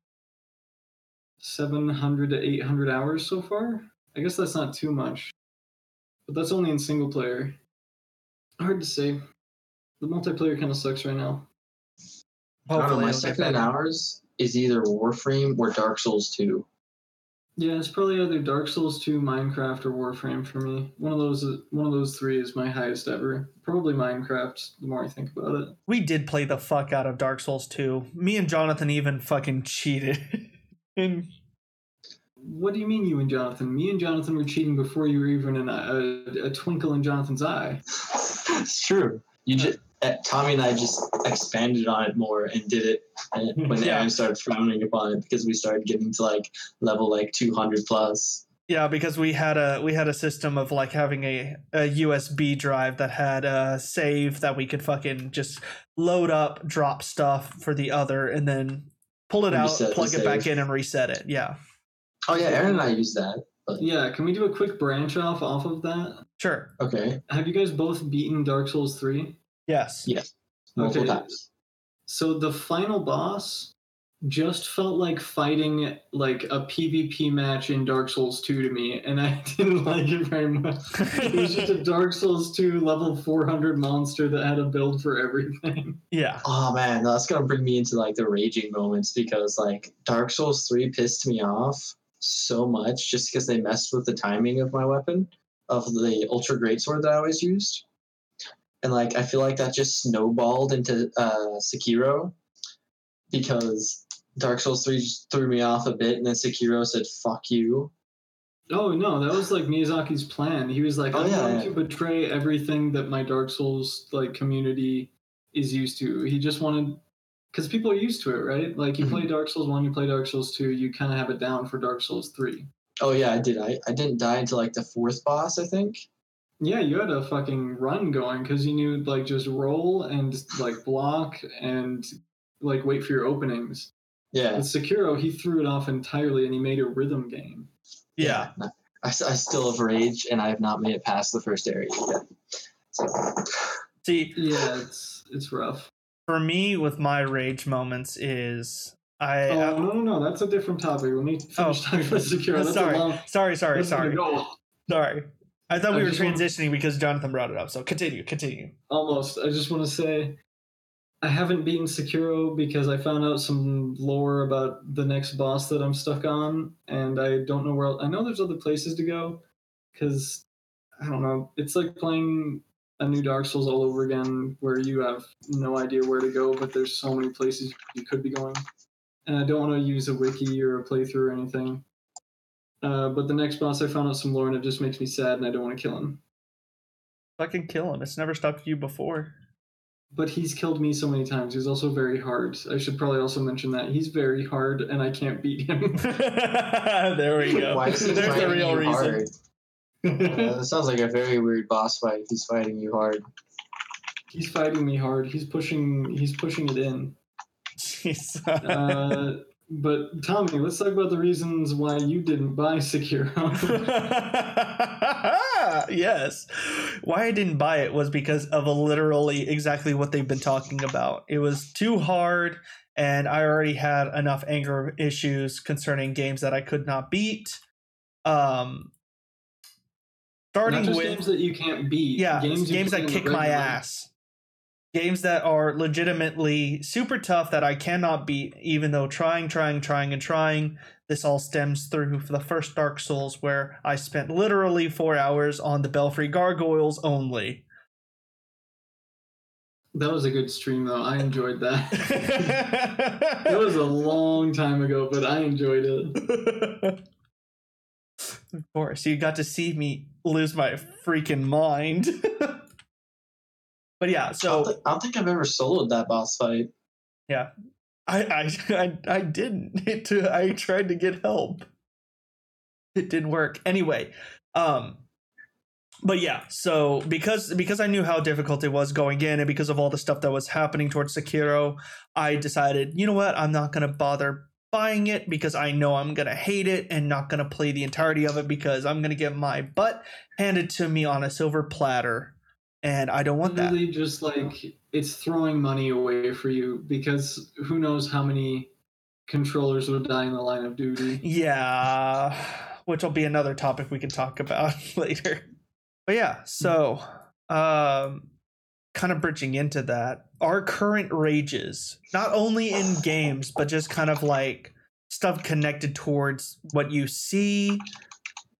Speaker 3: 700 to 800 hours so far. I guess that's not too much, but that's only in single player. Hard to say. The multiplayer kind of sucks right now.
Speaker 4: Oh, I don't know.
Speaker 1: Hopefully
Speaker 4: My
Speaker 1: it'll get
Speaker 4: second in
Speaker 1: better.
Speaker 4: hours is either Warframe or Dark Souls 2.
Speaker 3: Yeah, it's probably either Dark Souls 2, Minecraft, or Warframe for me. One of those, one of those three is my highest ever. Probably Minecraft. The more I think about it.
Speaker 1: We did play the fuck out of Dark Souls 2. Me and Jonathan even fucking cheated. and
Speaker 3: What do you mean, you and Jonathan? Me and Jonathan were cheating before you were even in a, a, a twinkle in Jonathan's eye.
Speaker 4: it's true. You just Tommy and I just expanded on it more and did it and when
Speaker 1: Yeah.
Speaker 4: Aaron started frowning upon it because we started getting to like level like 200 plus.
Speaker 1: yeah, because we had a we had a system of like having a, a USB drive that had a save that we could fucking just load up, drop stuff for the other, and then pull it out,
Speaker 4: Reset the
Speaker 1: plug it back
Speaker 4: save.
Speaker 1: in, and reset it. Yeah,
Speaker 4: Oh yeah, Aaron and I used that.
Speaker 3: Yeah, can we do a quick branch off off of that?
Speaker 1: sure.
Speaker 4: Okay,
Speaker 3: Have you guys both beaten Dark Souls 3?
Speaker 1: Yes.
Speaker 4: Yeah. multiple
Speaker 3: Okay.
Speaker 4: times.
Speaker 3: So the final boss just felt like fighting like a PvP match in Dark Souls 2 to me, and I didn't like it very much. It was just a Dark Souls 2 level 400 monster that had a build for everything.
Speaker 1: yeah.
Speaker 4: Oh man, that's gonna bring me into like the raging moments because like Dark Souls 3 pissed me off so much just because they messed with the timing of my weapon of the ultra great sword that I always used. And like I feel like that just snowballed into uh Sekiro because Dark Souls 3 just threw me off a bit and then Sekiro said fuck you.
Speaker 3: Oh no, that was like Miyazaki's plan. He was like,
Speaker 4: Oh,
Speaker 3: I'm
Speaker 4: yeah,
Speaker 3: going
Speaker 4: yeah.
Speaker 3: to betray everything that my Dark Souls like community is used to. He just wanted because people are used to it, right? Like you
Speaker 4: Mm-hmm.
Speaker 3: play Dark Souls 1, you play Dark Souls 2, you kind of have it down for Dark Souls 3.
Speaker 4: Oh yeah, I did. I, I didn't die until like the fourth boss, I think.
Speaker 3: Yeah, you had a fucking run going because you knew like just roll and like block and like wait for your openings.
Speaker 4: Yeah.
Speaker 3: With Sekiro, he threw it off entirely and he made a rhythm game.
Speaker 1: Yeah.
Speaker 4: no. I, s- I still have rage, and I have not made it past the first area yet. So,
Speaker 1: See,
Speaker 3: Yeah, it's it's rough.
Speaker 1: for me with my rage moments is I.
Speaker 3: oh no, no, no. That's a different topic. Let me finish
Speaker 1: Oh.
Speaker 3: talking about Sekiro. That's
Speaker 1: sorry,
Speaker 3: a long.
Speaker 1: sorry, sorry,
Speaker 3: that's a-
Speaker 1: sorry,
Speaker 3: no,
Speaker 1: sorry. I thought
Speaker 3: I
Speaker 1: we were
Speaker 3: just want-
Speaker 1: transitioning because Jonathan brought it up. So continue, continue.
Speaker 3: almost. I just want to say, I haven't beaten Sekiro because I found out some lore about the next boss that I'm stuck on, and I don't know where. el- I know there's other places to go, because I don't know. It's like playing a new Dark Souls all over again, where you have no idea where to go, but there's so many places you could be going. And I don't want to use a wiki or a playthrough or anything. Uh, but the next boss, I found out some lore, and it just makes me sad, and I don't want to kill him.
Speaker 1: Fucking kill him. It's never stopped you before.
Speaker 3: but he's killed me so many times. He's also very hard. I should probably also mention that he's very hard, and I can't beat him.
Speaker 1: there we go.
Speaker 4: Why is he
Speaker 1: There's the
Speaker 4: fighting
Speaker 1: real
Speaker 4: you
Speaker 1: reason.
Speaker 4: hard? Uh, that sounds like a very weird boss fight. He's fighting you hard.
Speaker 3: he's fighting me hard. He's pushing. He's pushing it in.
Speaker 1: Jesus.
Speaker 3: Uh, but Tommy, let's talk about the reasons why you didn't buy Sekiro.
Speaker 4: Uh.
Speaker 1: yes. Why I didn't buy it was because of literally exactly what they've been talking about. It was too hard, and I already had enough anger issues concerning games that I could not beat. Um,
Speaker 3: Not
Speaker 1: starting
Speaker 3: just
Speaker 1: with
Speaker 3: games that you can't beat.
Speaker 1: yeah, games,
Speaker 3: games, you play
Speaker 1: that
Speaker 3: on the
Speaker 1: kick my
Speaker 3: regular.
Speaker 1: ass. Games that are legitimately super tough that I cannot beat, even though trying, trying, trying, and trying. This all stems through the first Dark Souls, where I spent literally four hours on the Belfry Gargoyles only.
Speaker 3: That was a good stream though. I enjoyed that. That
Speaker 1: that
Speaker 3: was a long time ago, but I enjoyed it.
Speaker 1: of course, you got to see me lose my freaking mind. but yeah,
Speaker 4: I,
Speaker 1: so
Speaker 4: don't thi- I don't think I've ever soloed that boss fight.
Speaker 1: I I I, I didn't. It, t- I tried to get help. It didn't work. Anyway, um but yeah, so because because I knew how difficult it was going in and because of all the stuff that was happening towards Sekiro, I decided, you know what? I'm not going to bother buying it because I know I'm going to hate it and not going to play the entirety of it because I'm going to get my butt handed to me on a silver platter and I don't want that.
Speaker 3: Literally just like it's throwing money away for you because who knows how many controllers would die in the line of duty.
Speaker 1: Yeah, which will be another topic we can talk about later. But yeah, so um kind of bridging into that, our current rages, not only in games, but just kind of like stuff connected towards what you see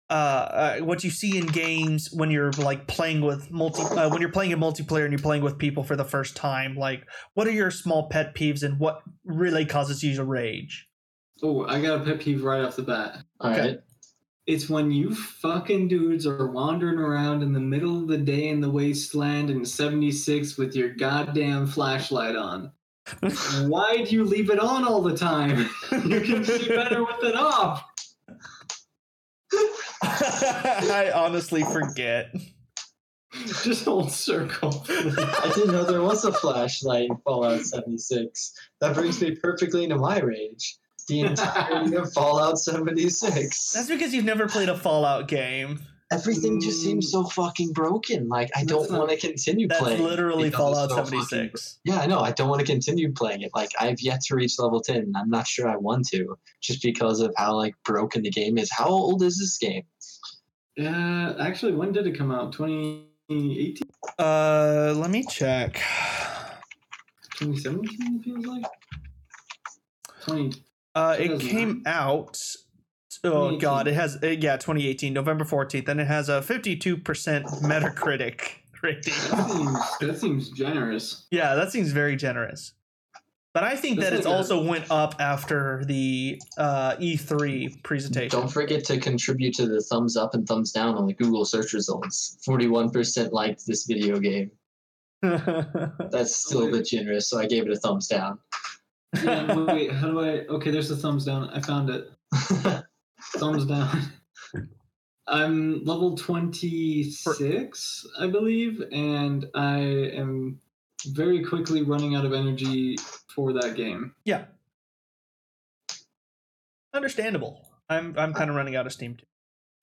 Speaker 1: uh, uh what you see in games when you're like playing with multi uh, when you're playing in multiplayer and you're playing with people for the first time like what are your small pet peeves and what really causes you to rage
Speaker 3: Oh, I got a pet peeve right off the bat.
Speaker 4: All right.
Speaker 1: Okay.
Speaker 3: It's when you fucking dudes are wandering around in the middle of the day in the wasteland in 76 with your goddamn flashlight on. Why do you leave it on all the time? You can see better with it off.
Speaker 1: I honestly forget.
Speaker 3: Just hold circle.
Speaker 4: I didn't know there was a flashlight in Fallout 76. That brings me perfectly into my rage. The entirety of Fallout 76.
Speaker 1: That's because you've never played a Fallout game.
Speaker 4: Everything just seems so fucking broken. Like I don't
Speaker 3: That's not-
Speaker 4: want to continue
Speaker 1: That's
Speaker 4: playing.
Speaker 1: literally
Speaker 4: because it's
Speaker 1: Fallout
Speaker 4: so fucking
Speaker 1: 76.
Speaker 4: Yeah, I know. I don't want to continue playing it. Like I've yet to reach level ten, and I'm not sure I want to, just because of how like broken the game is. How old is this game?
Speaker 3: Yeah, Uh, actually, when did it come out? 2018?
Speaker 1: Uh, let me check.
Speaker 3: 2017 it feels like 20
Speaker 1: Uh, it
Speaker 3: 2009?
Speaker 1: came out. Oh
Speaker 3: 2018.
Speaker 1: god, it has uh, yeah, 2018, November 14th, and it has a 52% Metacritic rating.
Speaker 3: that seems, that seems generous
Speaker 1: Yeah, that seems very generous. But I think
Speaker 3: That's
Speaker 1: that it's
Speaker 3: like a-
Speaker 1: also went up after the uh, E3 presentation.
Speaker 4: Don't forget to contribute to the thumbs up and thumbs down on the Google search results. Forty-one percent liked this video game. That's still a bit generous, so I gave it a thumbs down.
Speaker 3: yeah, wait, wait, how do i okay there's the thumbs down i found it thumbs down i'm level 26 i believe and i am very quickly running out of energy for that game
Speaker 1: Understandable. I'm I'm kind of running out of steam too.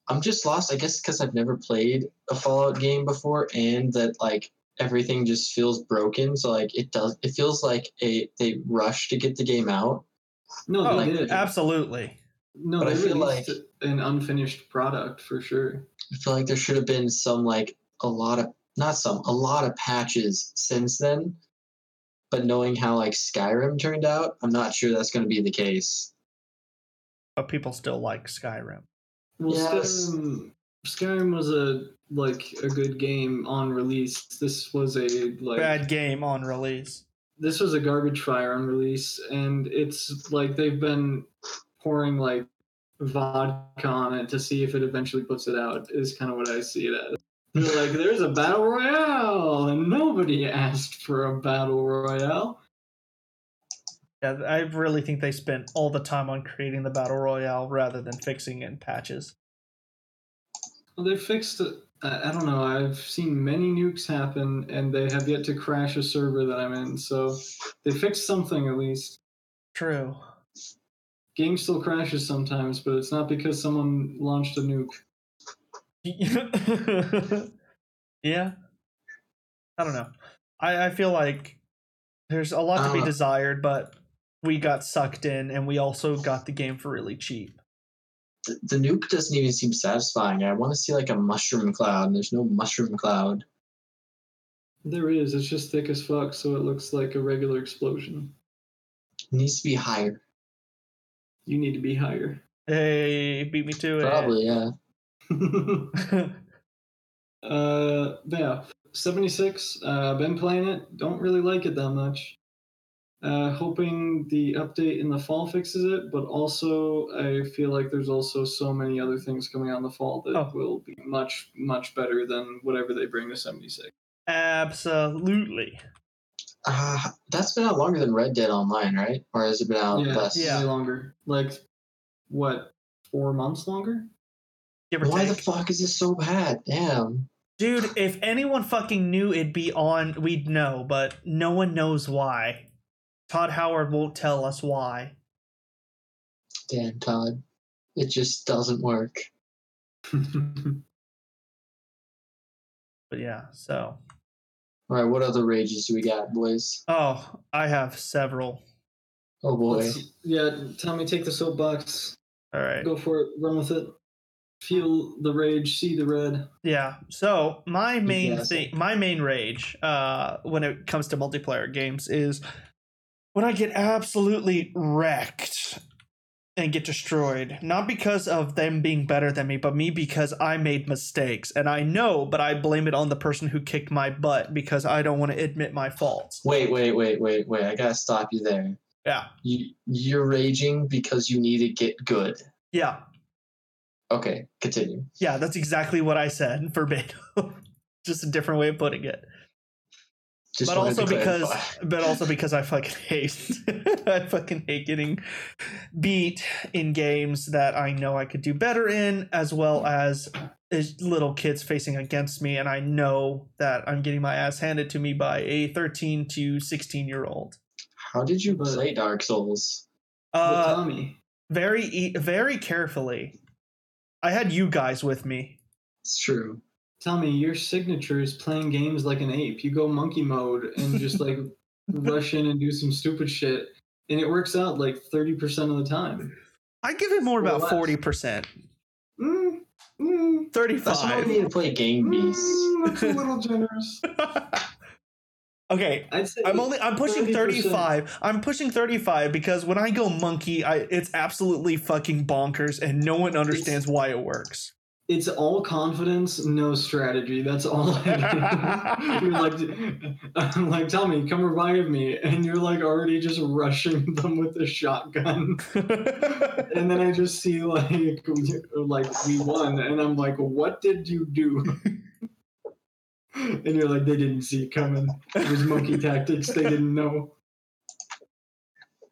Speaker 4: I'm just lost, I guess, because I've never played a Fallout game before, and that like everything just feels broken. So like it does. It feels like a they rushed to get the game out.
Speaker 3: No,
Speaker 1: Oh,
Speaker 3: they did.
Speaker 1: absolutely.
Speaker 3: no,
Speaker 4: but
Speaker 3: they
Speaker 4: I feel
Speaker 3: released
Speaker 4: like-
Speaker 3: an unfinished product for sure.
Speaker 4: I feel like there should have been some like a lot of not some a lot of patches since then. But knowing how like Skyrim turned out, I'm not sure that's going to be the case.
Speaker 1: But people still like Skyrim.
Speaker 3: Well,
Speaker 4: Yes.
Speaker 3: Skyrim, Skyrim was a like a good game on release. This was a like
Speaker 1: Bad game on release.
Speaker 3: this was a garbage fire on release, and it's like they've been pouring like vodka on it to see if it eventually puts it out. Is kind of what I see it as. They're like, there's a battle royale, and nobody asked for a battle royale.
Speaker 1: Yeah, I really think they spent all the time on creating the battle royale rather than fixing it in patches.
Speaker 3: Well, they fixed it. I I don't know. I've seen many nukes happen, and they have yet to crash a server that I'm in. So they fixed something at least.
Speaker 1: True.
Speaker 3: Game still crashes sometimes, but it's not because someone launched a nuke.
Speaker 1: yeah. I don't know. I, I feel like there's a lot to be
Speaker 4: Uh.
Speaker 1: desired, but we got sucked in and we also got the game for really cheap.
Speaker 4: The, the nuke doesn't even seem satisfying. I want to see like a mushroom cloud, and there's no mushroom cloud.
Speaker 3: There is. It's just thick as fuck, so it looks like a regular explosion.
Speaker 4: It needs to be higher.
Speaker 3: You need to be higher.
Speaker 1: Hey, beat me to it.
Speaker 4: Probably, yeah.
Speaker 3: uh, but yeah, 76. Uh, been playing it. Don't really like it that much. Uh, hoping the update in the fall fixes it, but also I feel like there's also so many other things coming out in the fall that
Speaker 1: Oh.
Speaker 3: will be much, much better than whatever they bring to 76.
Speaker 1: Absolutely.
Speaker 4: Uh, that's been out longer than Red Dead Online, right? Or has it been out
Speaker 3: yeah,
Speaker 4: less?
Speaker 1: Yeah.
Speaker 3: way longer. Like, what, four months longer?
Speaker 1: Give or
Speaker 4: Why the
Speaker 1: take.
Speaker 4: fuck is this so bad? Damn.
Speaker 1: Dude, if anyone fucking knew it'd be on, we'd know, but no one knows why. Todd Howard won't tell us why.
Speaker 4: Damn, Todd. It just doesn't work.
Speaker 1: But yeah, so.
Speaker 4: All right, what other rages do we got, boys?
Speaker 1: Oh, I have several.
Speaker 4: Oh boy.
Speaker 3: Let's- yeah, Tommy, take the soapbox.
Speaker 1: All right.
Speaker 3: Go for it. Run with it. Feel the rage. See the red.
Speaker 1: Yeah. So my main
Speaker 4: Yes.
Speaker 1: thing, my main rage, uh, when it comes to multiplayer games, is when I get absolutely wrecked and get destroyed. Not because of them being better than me, but me because I made mistakes, and I know, but I blame it on the person who kicked my butt because I don't want to admit my faults.
Speaker 4: Wait, wait, wait, wait, wait. I gotta stop you there.
Speaker 1: Yeah.
Speaker 4: You you're raging because you need to get good.
Speaker 1: Yeah.
Speaker 4: Okay, continue.
Speaker 1: Yeah. That's exactly what I said verbatim. Just a different way of putting it.
Speaker 4: Just
Speaker 1: but
Speaker 4: wanted to
Speaker 1: also because
Speaker 4: clarify.
Speaker 1: but also because I fucking hate I fucking hate getting beat in games that I know I could do better in as well as as little kids facing against me and I know that I'm getting my ass handed to me by a 13 to 16 year old.
Speaker 4: how did you
Speaker 3: But-
Speaker 4: play Dark Souls?
Speaker 3: But
Speaker 1: Uh
Speaker 3: Tommy,
Speaker 1: very e- very carefully. I had you guys with me.
Speaker 4: It's true.
Speaker 3: Tommy, your signature is playing games like an ape. You go monkey mode and just like rush in and do some stupid shit, and it works out like thirty percent of the time.
Speaker 1: I give it more about
Speaker 3: Well,
Speaker 1: 40%.
Speaker 3: Mm, mm,
Speaker 4: That's why we
Speaker 1: 35.
Speaker 4: need to play Game Beasts.
Speaker 3: mm, that's a little generous.
Speaker 1: okay,
Speaker 3: I'd say
Speaker 1: I'm only I'm pushing
Speaker 3: 30%.
Speaker 1: 35. I'm pushing 35 because when I go monkey, I it's absolutely fucking bonkers and no one understands why it works.
Speaker 3: It's all confidence, no strategy. That's all. I do. you're like, I'm like Tommy, come revive me, and you're like already just rushing them with a shotgun, and then I just see like, like we won, and I'm like, what did you do? And you're like, they didn't see it coming. It was monkey tactics. They didn't know.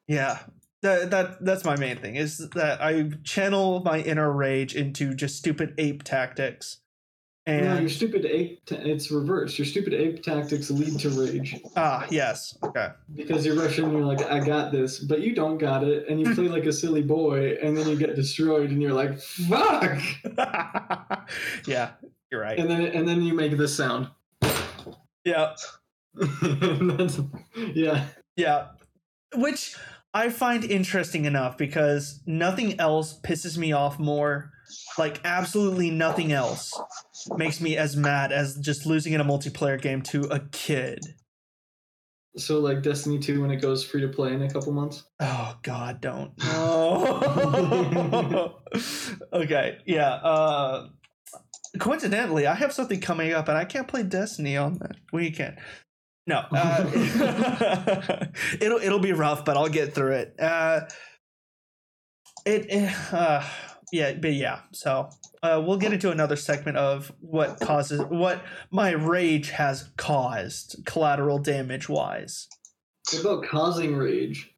Speaker 1: yeah. That, that that's my main thing is that I channel my inner rage into just stupid ape tactics.
Speaker 3: no, your
Speaker 1: And
Speaker 3: stupid ape. ta- it's reversed. Your stupid ape tactics lead to rage.
Speaker 1: ah, yes. Okay.
Speaker 3: Because you're Russian and you're like, I got this, but you don't got it, and you play like a silly boy, and then you get destroyed, and you're like, fuck!
Speaker 1: yeah, you're right.
Speaker 3: And then and then you make this sound.
Speaker 1: Yeah.
Speaker 3: That's, yeah.
Speaker 1: Yeah. Which I find interesting enough because nothing else pisses me off more. Like, absolutely nothing else makes me as mad as just losing in a multiplayer game to a kid.
Speaker 3: So like Destiny 2 when it goes free to play in a couple months.
Speaker 1: Oh, God, don't. No. okay. Yeah. Uh, coincidentally, I have something coming up and I can't play Destiny on that weekend. No, uh, it'll it'll be rough, but I'll get through it. Uh, it, it uh, yeah, but yeah. So uh, we'll get into another segment of what causes what my rage has caused, collateral damage wise,
Speaker 3: What about causing rage?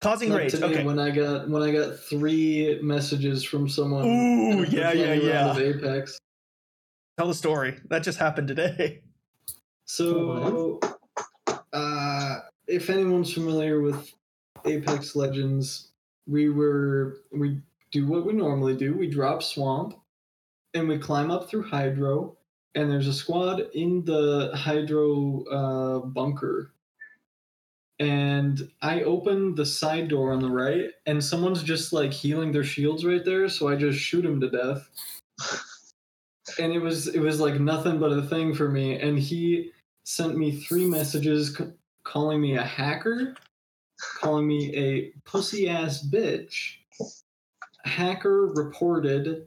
Speaker 1: causing
Speaker 3: Like
Speaker 1: rage.
Speaker 3: today
Speaker 1: Okay,
Speaker 3: when I got when I got three messages from someone.
Speaker 1: Ooh,
Speaker 3: after
Speaker 1: yeah, yeah,
Speaker 3: playing a round
Speaker 1: yeah.
Speaker 3: Of Apex.
Speaker 1: Tell the story. That just happened today.
Speaker 3: So, uh, if anyone's familiar with Apex Legends, we were we do what we normally do. We drop swamp, and we climb up through hydro. And there's a squad in the hydro uh, bunker. And I open the side door on the right, and someone's just like healing their shields right there. So I just shoot him to death. And it was it was like nothing but a thing for me. And he sent me three messages c- calling me a hacker, calling me a pussy ass bitch, hacker reported,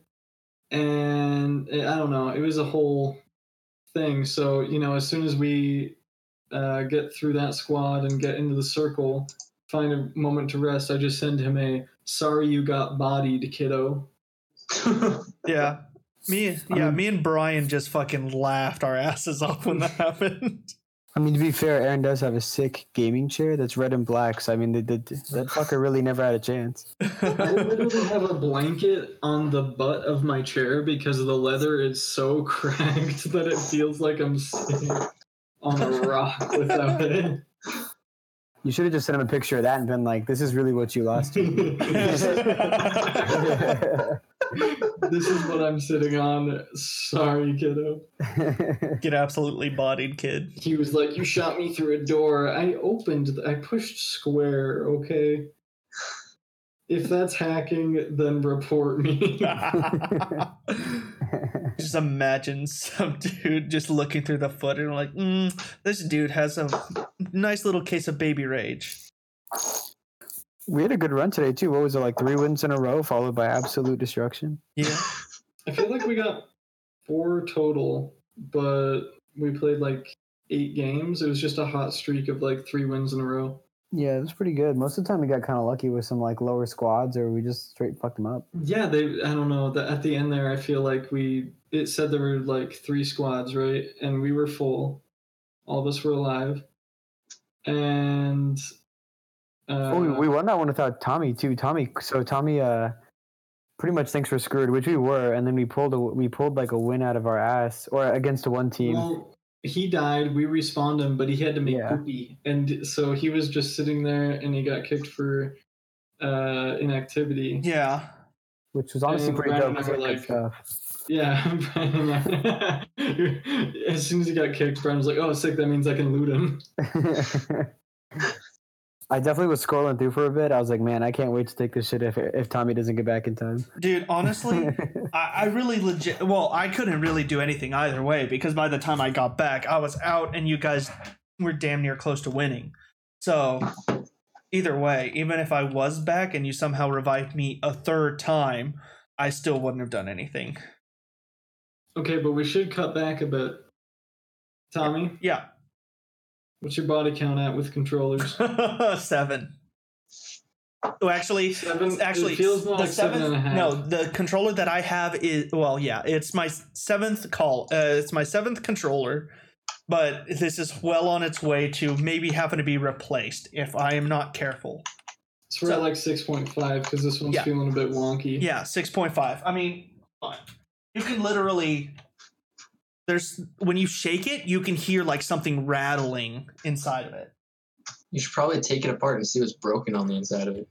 Speaker 3: and eh, I don't know. It was a whole thing. So, you know, as soon as we uh, get through that squad and get into the circle, find a moment to rest, I just send him a sorry you got bodied, kiddo.
Speaker 1: Yeah. Me, yeah, me and Brian just fucking laughed our asses off when that happened.
Speaker 2: I mean, to be fair, Aaron does have a sick gaming chair that's red and black. So I mean, the, the, that fucker really never had a chance.
Speaker 3: I literally have a blanket on the butt of my chair because the leather is so cracked that it feels like I'm sitting on a rock without it.
Speaker 2: You should have just sent him a picture of that and been like, "This is really what you lost."
Speaker 3: this is what I'm sitting on. Sorry, kiddo.
Speaker 1: Get absolutely bodied, kid.
Speaker 3: He was like, You shot me through a door. I opened, th- I pushed square, okay? If that's hacking, then report me.
Speaker 1: just imagine some dude just looking through the footage and like, mm, this dude has a nice little case of baby rage.
Speaker 2: we had a good run today too. What was it like? Three wins in a row, followed by absolute destruction.
Speaker 1: Yeah.
Speaker 3: I feel like we got four total, but we played like eight games. It was just a hot streak of like three wins in a row.
Speaker 2: Yeah, it was pretty good. Most of the time, we got kind of lucky with some like lower squads, or we just straight fucked them up.
Speaker 3: Yeah, they. I don't know. The, at the end there, I feel like we. It said there were like three squads, right? And we were full. All of us were alive. And. Uh,
Speaker 2: oh, we, we won that one without Tommy too. Tommy, so Tommy, uh, pretty much thinks we're screwed, which we were, and then we pulled a we pulled like a win out of our ass, or against one team.
Speaker 3: Well, he died. We respawned him, but he had to make
Speaker 2: Yeah.
Speaker 3: poopy, and so he was just sitting there, and he got kicked for uh inactivity.
Speaker 1: Yeah.
Speaker 2: which was honestly
Speaker 3: And
Speaker 2: pretty
Speaker 3: Brandon
Speaker 2: dope. 'cause
Speaker 3: and I
Speaker 2: I
Speaker 3: were
Speaker 2: like, stuff.
Speaker 3: Yeah, Brian and I- as soon as he got kicked, Brian was like, "Oh, sick! That means I can loot him."
Speaker 2: uh, I definitely was scrolling through for a bit. I was like, man, I can't wait to take this shit if if Tommy doesn't get back in time.
Speaker 1: Dude, honestly, I, I really legit. Well, I couldn't really do anything either way because by the time I got back, I was out and you guys were damn near close to winning. So, either way, even if I was back and you somehow revived me a third time, I still wouldn't have done anything.
Speaker 3: Okay, but we should cut back a bit. Tommy,
Speaker 1: Yeah.
Speaker 3: what's your body count at with controllers?
Speaker 1: seven. Oh, actually,
Speaker 3: Seven-
Speaker 1: actually,
Speaker 3: it feels more
Speaker 1: the
Speaker 3: like
Speaker 1: seventh.
Speaker 3: seven and a half.
Speaker 1: No, the controller that I have is well, yeah, it's my seventh call. Uh, it's my seventh controller, but this is well on its way to maybe having to be replaced if I am not careful.
Speaker 3: So we're at like six point five because this one's
Speaker 1: Yeah.
Speaker 3: feeling a bit wonky.
Speaker 1: Yeah, six point five. I mean, fine. you can literally there's when you shake it, you can hear like something rattling inside of it.
Speaker 4: You should probably take it apart and see what's broken on the inside of it.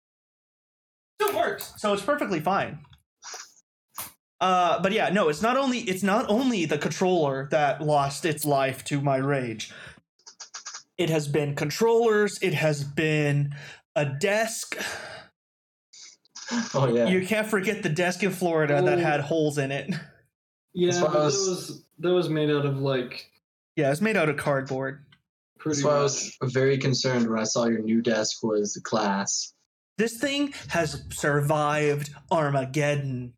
Speaker 1: Still works, so it's perfectly fine. Uh, but yeah, no, it's not only it's not only the controller that lost its life to my rage. It has been controllers. It has been a desk.
Speaker 4: Oh yeah.
Speaker 1: You can't forget the desk in Florida that
Speaker 3: Oh.
Speaker 1: had holes in it.
Speaker 3: Yeah,
Speaker 4: That's why I
Speaker 3: but that
Speaker 4: was-
Speaker 3: was that was made out of like
Speaker 1: Yeah, it's made out of cardboard.
Speaker 3: pretty
Speaker 4: That's why I
Speaker 3: much.
Speaker 4: was very concerned when I saw your new desk was the class.
Speaker 1: This thing has survived Armageddon.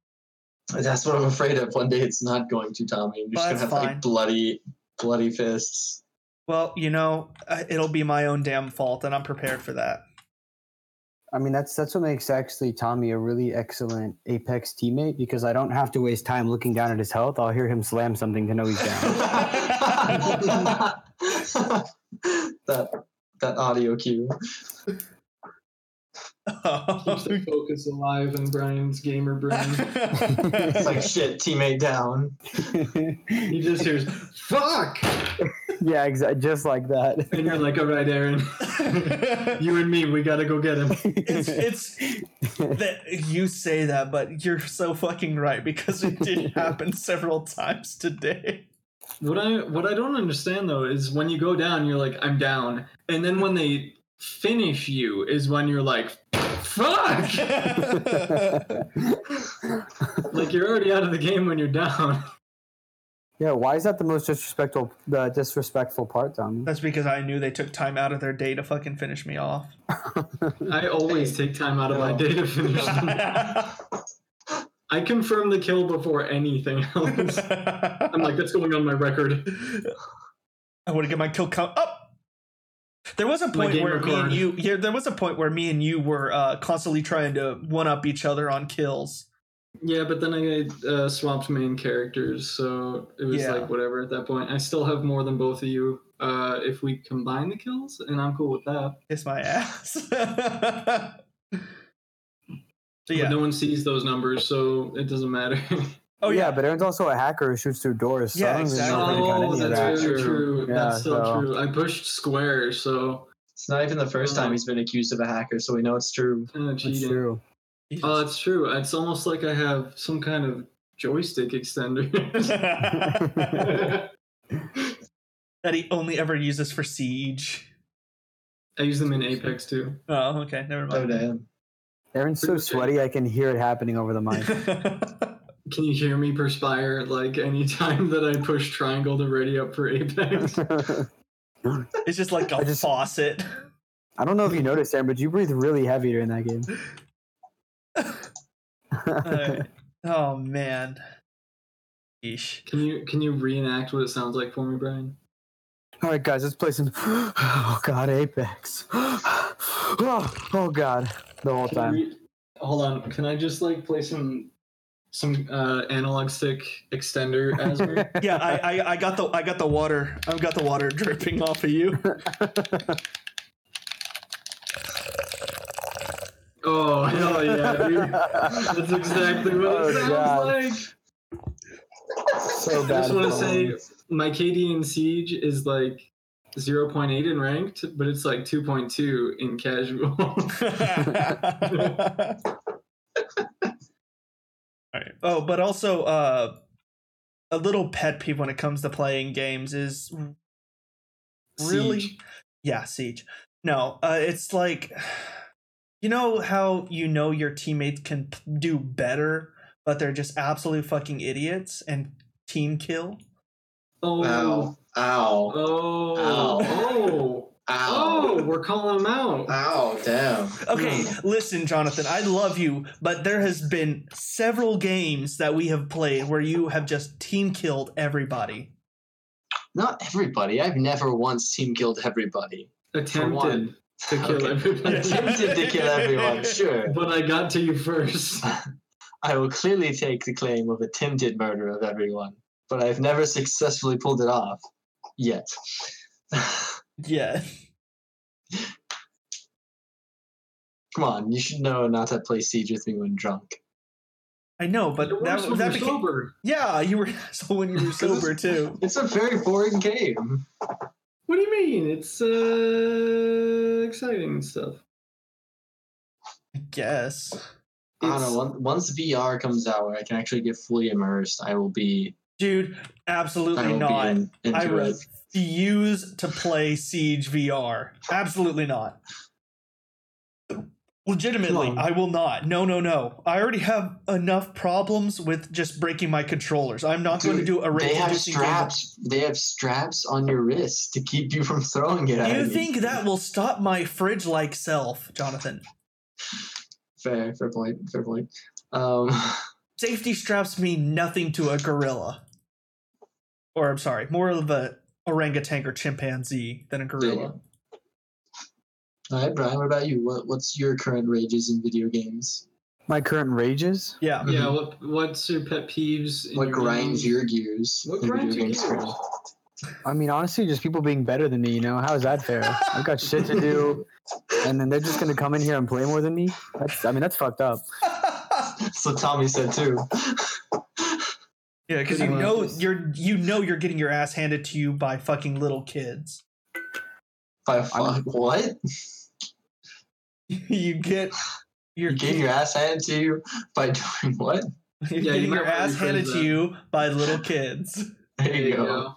Speaker 4: That's what I'm afraid of. One day it's not going to, Tommy. You're just
Speaker 1: That's
Speaker 4: gonna have
Speaker 1: fine.
Speaker 4: like bloody, bloody fists.
Speaker 1: Well, you know, uh, it'll be my own damn fault, and I'm prepared for that.
Speaker 2: I mean, that's that's what makes actually Tommy a really excellent Apex teammate because I don't have to waste time looking down at his health. I'll hear him slam something to know he's down.
Speaker 4: that that audio cue.
Speaker 3: Keeps the focus alive in Brian's gamer brain.
Speaker 4: It's like shit, teammate down.
Speaker 3: he just hears "fuck,"
Speaker 2: yeah, exactly, just like that.
Speaker 3: and you're like, "All right, Aaron, you and me, we gotta go get him."
Speaker 1: it's it's that you say that, but you're so fucking right because it did happen several times today.
Speaker 3: What I what I don't understand though is when you go down, you're like, "I'm down," and then when they finish you, is when you're like, "Fuck!" like you're already out of the game when you're down.
Speaker 2: yeah, why is that the most disrespectful the disrespectful part, Tommy?
Speaker 1: That's because I knew they took time out of their day to fucking finish me off.
Speaker 3: I always take time out of my day to finish. them. I confirm the kill before anything else. I'm
Speaker 1: I'm
Speaker 3: like, that's going on my record.
Speaker 1: I want to get my kill count up. There was a
Speaker 3: My
Speaker 1: point
Speaker 3: game
Speaker 1: where me
Speaker 3: record.
Speaker 1: and you, yeah, there was a point where me and you were uh, constantly trying to one up each other on kills.
Speaker 3: Yeah, but then I uh, swapped main characters, so it was
Speaker 1: Yeah.
Speaker 3: like whatever at that point. I still have more than both of you uh, if we combine the kills, and I'm cool with that.
Speaker 1: Kiss my ass. so
Speaker 3: But
Speaker 1: yeah.
Speaker 3: no one sees those numbers, so it doesn't matter.
Speaker 1: Oh yeah.
Speaker 2: but Aaron's also a hacker who shoots through doors. So
Speaker 1: Yeah,
Speaker 2: I don't even
Speaker 1: exactly.
Speaker 2: know if we got any
Speaker 3: oh,
Speaker 2: of
Speaker 4: that.
Speaker 3: that's
Speaker 2: that.
Speaker 3: very
Speaker 4: True.
Speaker 3: true.
Speaker 2: Yeah,
Speaker 3: that's so,
Speaker 2: so-
Speaker 3: true. I pushed square, so
Speaker 4: It's not even the first time he's been accused of a hacker, so we know it's true.
Speaker 3: kind of
Speaker 2: That's
Speaker 3: cheating.
Speaker 2: true.
Speaker 1: Uh,
Speaker 3: Oh, it's true. It's almost like I have some kind of joystick extender
Speaker 1: that he only ever uses for siege.
Speaker 3: I use them in Apex too.
Speaker 1: Oh, okay, never
Speaker 4: Oh
Speaker 1: mind.
Speaker 4: damn.
Speaker 2: Aaron's so sweaty, I can hear it happening over the mic.
Speaker 3: Can you hear me perspire like anytime that I push triangle to ready up for Apex?
Speaker 1: it's just like
Speaker 2: I
Speaker 1: a
Speaker 2: just-
Speaker 1: faucet.
Speaker 2: I don't know if you noticed, Aaron, but you breathe really heavy during that game.
Speaker 1: Alright. Oh man. Yeesh.
Speaker 3: Can you can you reenact what it sounds like for me, Brian?
Speaker 2: All right, guys, let's play some. Oh God, Apex. Oh, oh God, the whole
Speaker 3: Can
Speaker 2: time.
Speaker 3: you re- hold on. Can I just like play some some uh, analog stick extender as
Speaker 1: Yeah, I, I, I got the I got the water. I've got the water dripping off of you.
Speaker 3: Oh hell yeah, dude. That's exactly what
Speaker 2: Oh,
Speaker 3: it sounds
Speaker 2: God.
Speaker 3: like.
Speaker 2: so bad.
Speaker 3: I just want
Speaker 2: for
Speaker 3: to say
Speaker 2: them.
Speaker 3: my KD in Siege is like 0.8 in ranked, but it's like 2.2 in casual.
Speaker 1: All right. Oh, but also uh, a little pet peeve when it comes to playing games is really,
Speaker 3: Siege.
Speaker 1: yeah, siege. No, uh, it's like you know how you know your teammates can p- do better, but they're just absolute fucking idiots and team kill.
Speaker 3: Oh,
Speaker 4: Ow. Ow.
Speaker 3: oh,
Speaker 4: Ow.
Speaker 3: oh, oh,
Speaker 4: Ow.
Speaker 3: we're calling him out.
Speaker 4: Ow, damn.
Speaker 1: Okay, listen, Jonathan, I love you, but there has been several games that we have played where you have just team killed everybody.
Speaker 4: Not everybody. I've never once team killed everybody.
Speaker 3: Attempted
Speaker 4: one.
Speaker 3: to kill
Speaker 4: Okay.
Speaker 3: everybody.
Speaker 4: Attempted to kill everyone, sure.
Speaker 3: But I got to you first.
Speaker 4: I will clearly take the claim of attempted murder of everyone, but I've never successfully pulled it off yet.
Speaker 1: Yeah.
Speaker 4: Come on, you should know not to play siege with me when drunk.
Speaker 1: I know, but
Speaker 3: You're worse
Speaker 1: that,
Speaker 3: when
Speaker 1: that
Speaker 3: you're
Speaker 1: became
Speaker 3: sober.
Speaker 1: yeah. You were so when you were sober too.
Speaker 4: It's a very boring game.
Speaker 3: What do you mean? It's uh, exciting stuff.
Speaker 1: I guess.
Speaker 4: I don't
Speaker 1: It's-
Speaker 4: know. on- Once VR comes out, where I can actually get fully immersed, I will be.
Speaker 1: Dude,
Speaker 4: I
Speaker 1: absolutely
Speaker 4: will
Speaker 1: not.
Speaker 4: be in,
Speaker 1: I
Speaker 4: into it.
Speaker 1: refuse to play Siege VR. Absolutely not. Legitimately,
Speaker 3: Come on.
Speaker 1: I will not. No, no, no. I already have enough problems with just breaking my controllers. I'm not going to
Speaker 4: Dude,
Speaker 1: do a
Speaker 4: They
Speaker 1: racing
Speaker 4: have
Speaker 1: racing game.
Speaker 4: straps. They have straps on your wrists to keep you from throwing it.
Speaker 1: Do
Speaker 4: at
Speaker 1: you
Speaker 4: me.
Speaker 1: think that will stop my fridge-like self, Jonathan?
Speaker 4: Fair, fair point. Fair point. Um,
Speaker 1: Safety straps mean nothing to a gorilla, or I'm sorry, more of a orangutan or chimpanzee than a gorilla.
Speaker 4: all right, Brian. What about you? What What's your current rages in video games?
Speaker 2: My current rages.
Speaker 1: Yeah.
Speaker 3: Yeah. What What's your pet peeves? in
Speaker 4: Mm-hmm. What
Speaker 3: your
Speaker 4: grinds
Speaker 3: games?
Speaker 4: your gears?
Speaker 3: What
Speaker 4: in video
Speaker 3: grinds your
Speaker 4: games for
Speaker 3: gears?
Speaker 4: you?
Speaker 2: I mean, honestly, just people being better than me. You know, how is that fair? I've got shit to do, and then they're just gonna come in here and play more than me. That's, I mean, that's fucked up.
Speaker 4: That's what Tommy said too.
Speaker 1: Yeah, because you
Speaker 3: Pretty
Speaker 1: know
Speaker 3: much.
Speaker 1: you're you know you're getting your ass handed to you by fucking little kids.
Speaker 4: By fuck,
Speaker 2: I'm-
Speaker 4: what?
Speaker 1: you get your
Speaker 4: You're getting your ass handed to you by doing what?
Speaker 1: you're
Speaker 3: Yeah, you
Speaker 1: getting
Speaker 3: might
Speaker 1: your
Speaker 3: wanna
Speaker 1: ass
Speaker 3: rephrase
Speaker 1: handed to
Speaker 3: that.
Speaker 1: you by little kids.
Speaker 4: There
Speaker 3: There
Speaker 4: you go.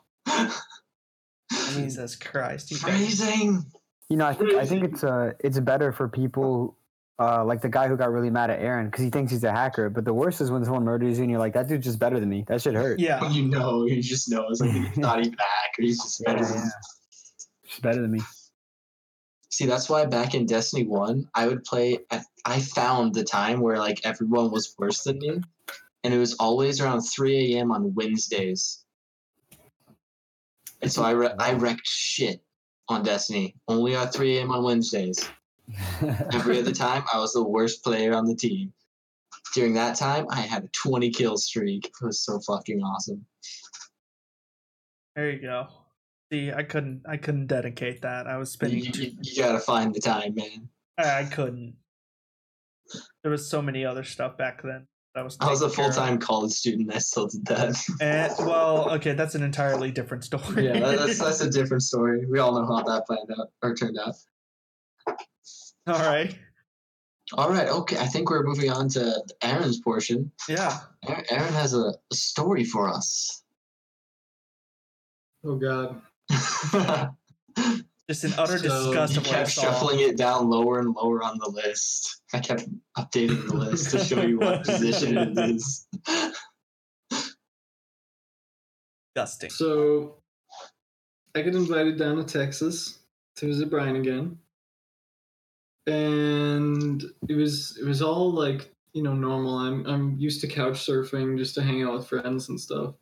Speaker 1: Jesus Christ! you guys.
Speaker 4: Phrasing.
Speaker 2: You know, I think I think it's uh, it's better for people uh, like the guy who got really mad at Aaron because he thinks he's a hacker. But the worst is when someone murders you and you're like, that dude's just better than me. That should hurt.
Speaker 1: Yeah,
Speaker 4: You know, he just knows. Like he's not even back, or he's just better. than-
Speaker 2: Yeah. She's better than me.
Speaker 4: See, that's why back in Destiny One, I would play. I, I found the time where like everyone was worse than me, and it was always around three a.m. on Wednesdays. And so I re- I wrecked shit on Destiny only at three a.m. on Wednesdays. Every other time, I was the worst player on the team. During that time, I had a 20 kill streak. It was so fucking awesome.
Speaker 1: there you go. See, I couldn't I couldn't dedicate that. I was
Speaker 4: You,
Speaker 1: spending.
Speaker 4: you-
Speaker 1: Too,
Speaker 4: you- you gotta find the time, man.
Speaker 1: I couldn't. There was so many other stuff back then. That was
Speaker 4: I was a
Speaker 1: taking care
Speaker 4: full
Speaker 1: of.
Speaker 4: time college student. I still did that.
Speaker 1: And, well, okay, that's an entirely different story.
Speaker 4: yeah, that- that's that's a different story. We all know how that planned out or turned out.
Speaker 1: all right.
Speaker 4: All right, okay. I think we're moving on to Aaron's portion.
Speaker 1: Yeah.
Speaker 4: Aaron Aaron has a, a story for us.
Speaker 3: Oh God.
Speaker 4: he
Speaker 1: Just an utter
Speaker 3: So,
Speaker 1: disgust of what I
Speaker 4: kept
Speaker 1: saw.
Speaker 4: shuffling it down lower and lower on the list. I kept updating the list to show you what position it is.
Speaker 1: Disgusting.
Speaker 3: So, I get invited down to Texas to visit Brian again, and it was it was all like you know normal. I'm I'm used to couch surfing just to hang out with friends and stuff.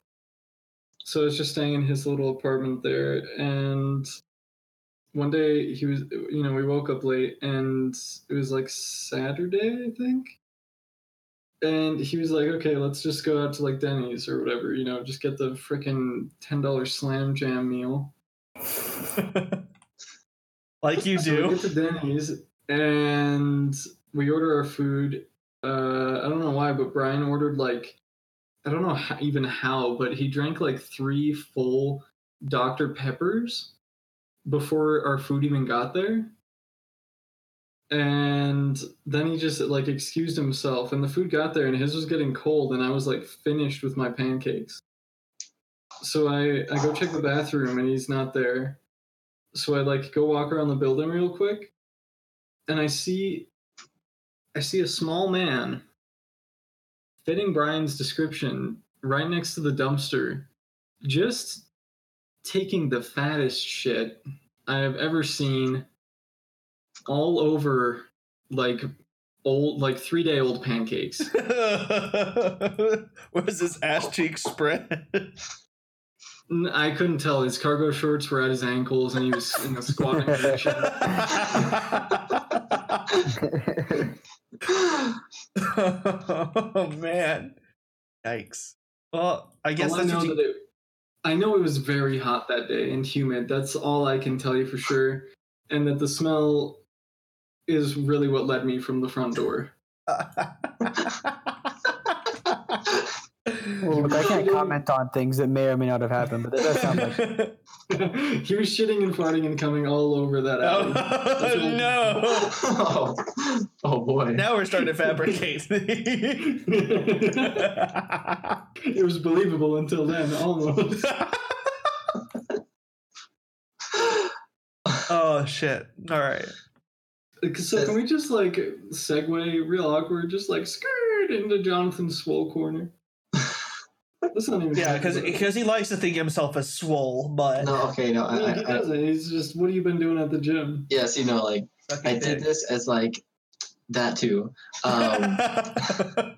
Speaker 3: So I was just staying in his little apartment there, and one day he was you know we woke up late and it was like Saturday I think. And he was like, okay, let's just go out to like Denny's or whatever, you know, just get the frickin' $10 slam jam meal.
Speaker 1: like you
Speaker 3: So we
Speaker 1: do.
Speaker 3: get to Denny's and we order our food. Uh, I don't know why, but Brian ordered like, I don't know how, even how, but he drank like three full Dr. Peppers before our food even got there. And then he just like excused himself, and the food got there, and his was getting cold, and I was like finished with my pancakes. So I, I go check the bathroom, and he's not there so I like go walk around the building real quick, and I see, I see a small man, fitting Brian's description, right next to the dumpster, just taking the fattest shit I have ever seen, all over like old like three day old pancakes.
Speaker 1: Was his ass cheek spread?
Speaker 3: N- I couldn't tell his cargo shorts were at his ankles, and he was in a squatting position.
Speaker 1: oh Oh, man! Yikes. Well, I guess
Speaker 3: all I
Speaker 1: that's
Speaker 3: know
Speaker 1: what you-
Speaker 3: that it, I know it was very hot that day and humid. That's all I can tell you for sure. And that the smell is really what led me from the front door.
Speaker 2: Look, I can't comment on things that may or may not have happened, but that does sound like
Speaker 3: he was shitting and farting and coming all over that alley.
Speaker 1: oh, no!
Speaker 4: oh, Oh boy.
Speaker 1: Now we're starting to fabricate things.
Speaker 3: It was believable until then, almost.
Speaker 1: oh shit! All right.
Speaker 3: So can we just like segue real awkward, just like skirt into Jonathan's swole corner? That's not even.
Speaker 1: Yeah, because because he likes to think himself as swole, but
Speaker 4: no, okay, no.
Speaker 3: No, he
Speaker 4: I, I, I,
Speaker 3: doesn't. He's just, what have you been doing at the gym?
Speaker 4: yes, you know, like
Speaker 1: Suck
Speaker 4: I
Speaker 1: your
Speaker 4: did
Speaker 1: dick.
Speaker 4: this as like that too. Um,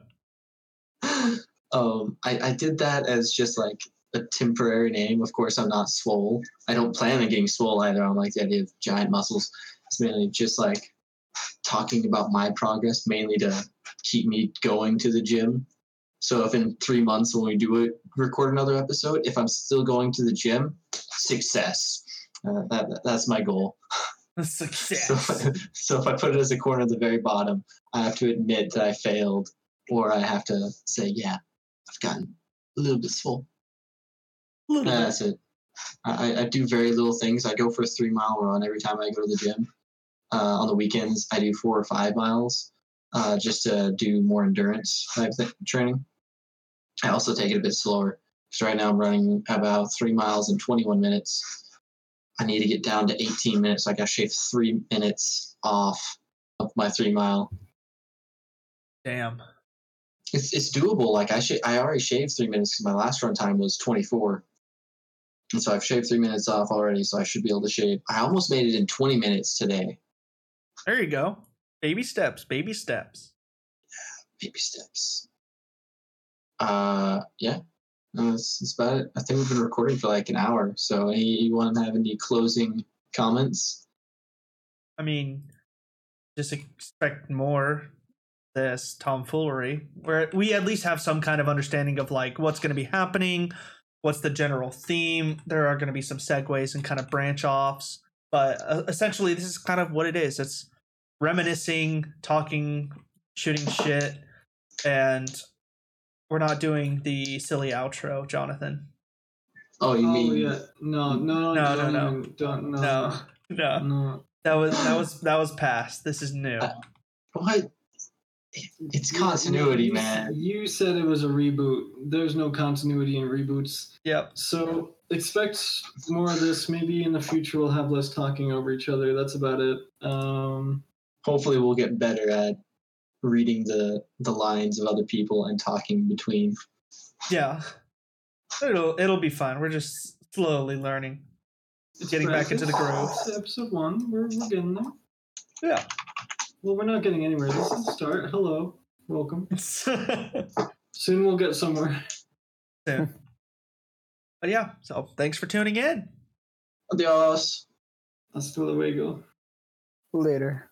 Speaker 4: um, I, I did that as just like a temporary name. Of course, I'm not swole. I don't plan on getting swole either. I don't like the idea of giant muscles. It's mainly just like talking about my progress, mainly to keep me going to the gym. So if in three months when we do it, record another episode, if I'm still going to the gym, success. Uh, that, that- that's my goal.
Speaker 1: Success.
Speaker 4: So, so if I put it as a corner at the very bottom, I have to admit that I failed, or I have to say, yeah, I've gotten a little bit full.
Speaker 1: Little
Speaker 4: And
Speaker 1: bit.
Speaker 4: that's it. I, I- I do very little things. I go for a three mile run every time I go to the gym. Uh, on the weekends, I do four or five miles uh, just to do more endurance type thi- training. I also take it a bit slower because right now I'm running about three miles in 21 minutes. I need to get down to 18 minutes. Like I shaved three minutes off of my three mile
Speaker 1: Damn.
Speaker 4: it's it's doable. Like I sh- I already shaved three minutes because my last run time was 24, and so I've shaved three minutes off already. So I should be able to shave. I almost made it in 20 minutes today.
Speaker 1: There you go. Baby steps. Baby steps.
Speaker 4: Baby steps. Uh, yeah, No, that's, that's about it. I think we've been recording for like an hour. So anyone have any closing comments?
Speaker 1: I mean, just expect more this tomfoolery. Where we at least have some kind of understanding of like what's going to be happening, what's the general theme. There are going to be some segues and kind of branch offs, but uh, essentially this is kind of what it is. It's reminiscing, talking, shooting shit, and we're not doing the silly outro, Jonathan.
Speaker 4: Oh, you
Speaker 3: oh
Speaker 4: mean
Speaker 3: yeah, no, no,
Speaker 1: No,
Speaker 3: don't
Speaker 1: no, no.
Speaker 3: even- don't, no,
Speaker 1: No. No,
Speaker 3: no.
Speaker 1: that was that was that was past. This is new.
Speaker 4: what? It's
Speaker 3: You-
Speaker 4: continuity,
Speaker 3: you-
Speaker 4: man.
Speaker 3: You said it was a reboot. There's no continuity in reboots.
Speaker 1: Yep.
Speaker 3: So expect more of this. Maybe in the future we'll have less talking over each other. That's about it. Um,
Speaker 4: hopefully we'll get better at reading the the lines of other people and talking between
Speaker 1: Yeah. It'll it'll be fun. We're just slowly learning.
Speaker 3: it's
Speaker 1: Getting back into the
Speaker 3: practice. It's Episode one. We're, we're getting there.
Speaker 1: Yeah.
Speaker 3: Well, we're not getting anywhere. This is the start. Hello, welcome.
Speaker 1: Soon.
Speaker 3: Soon we'll get somewhere.
Speaker 1: But yeah, so thanks for tuning in.
Speaker 4: adios
Speaker 3: Hasta luego.
Speaker 2: Later.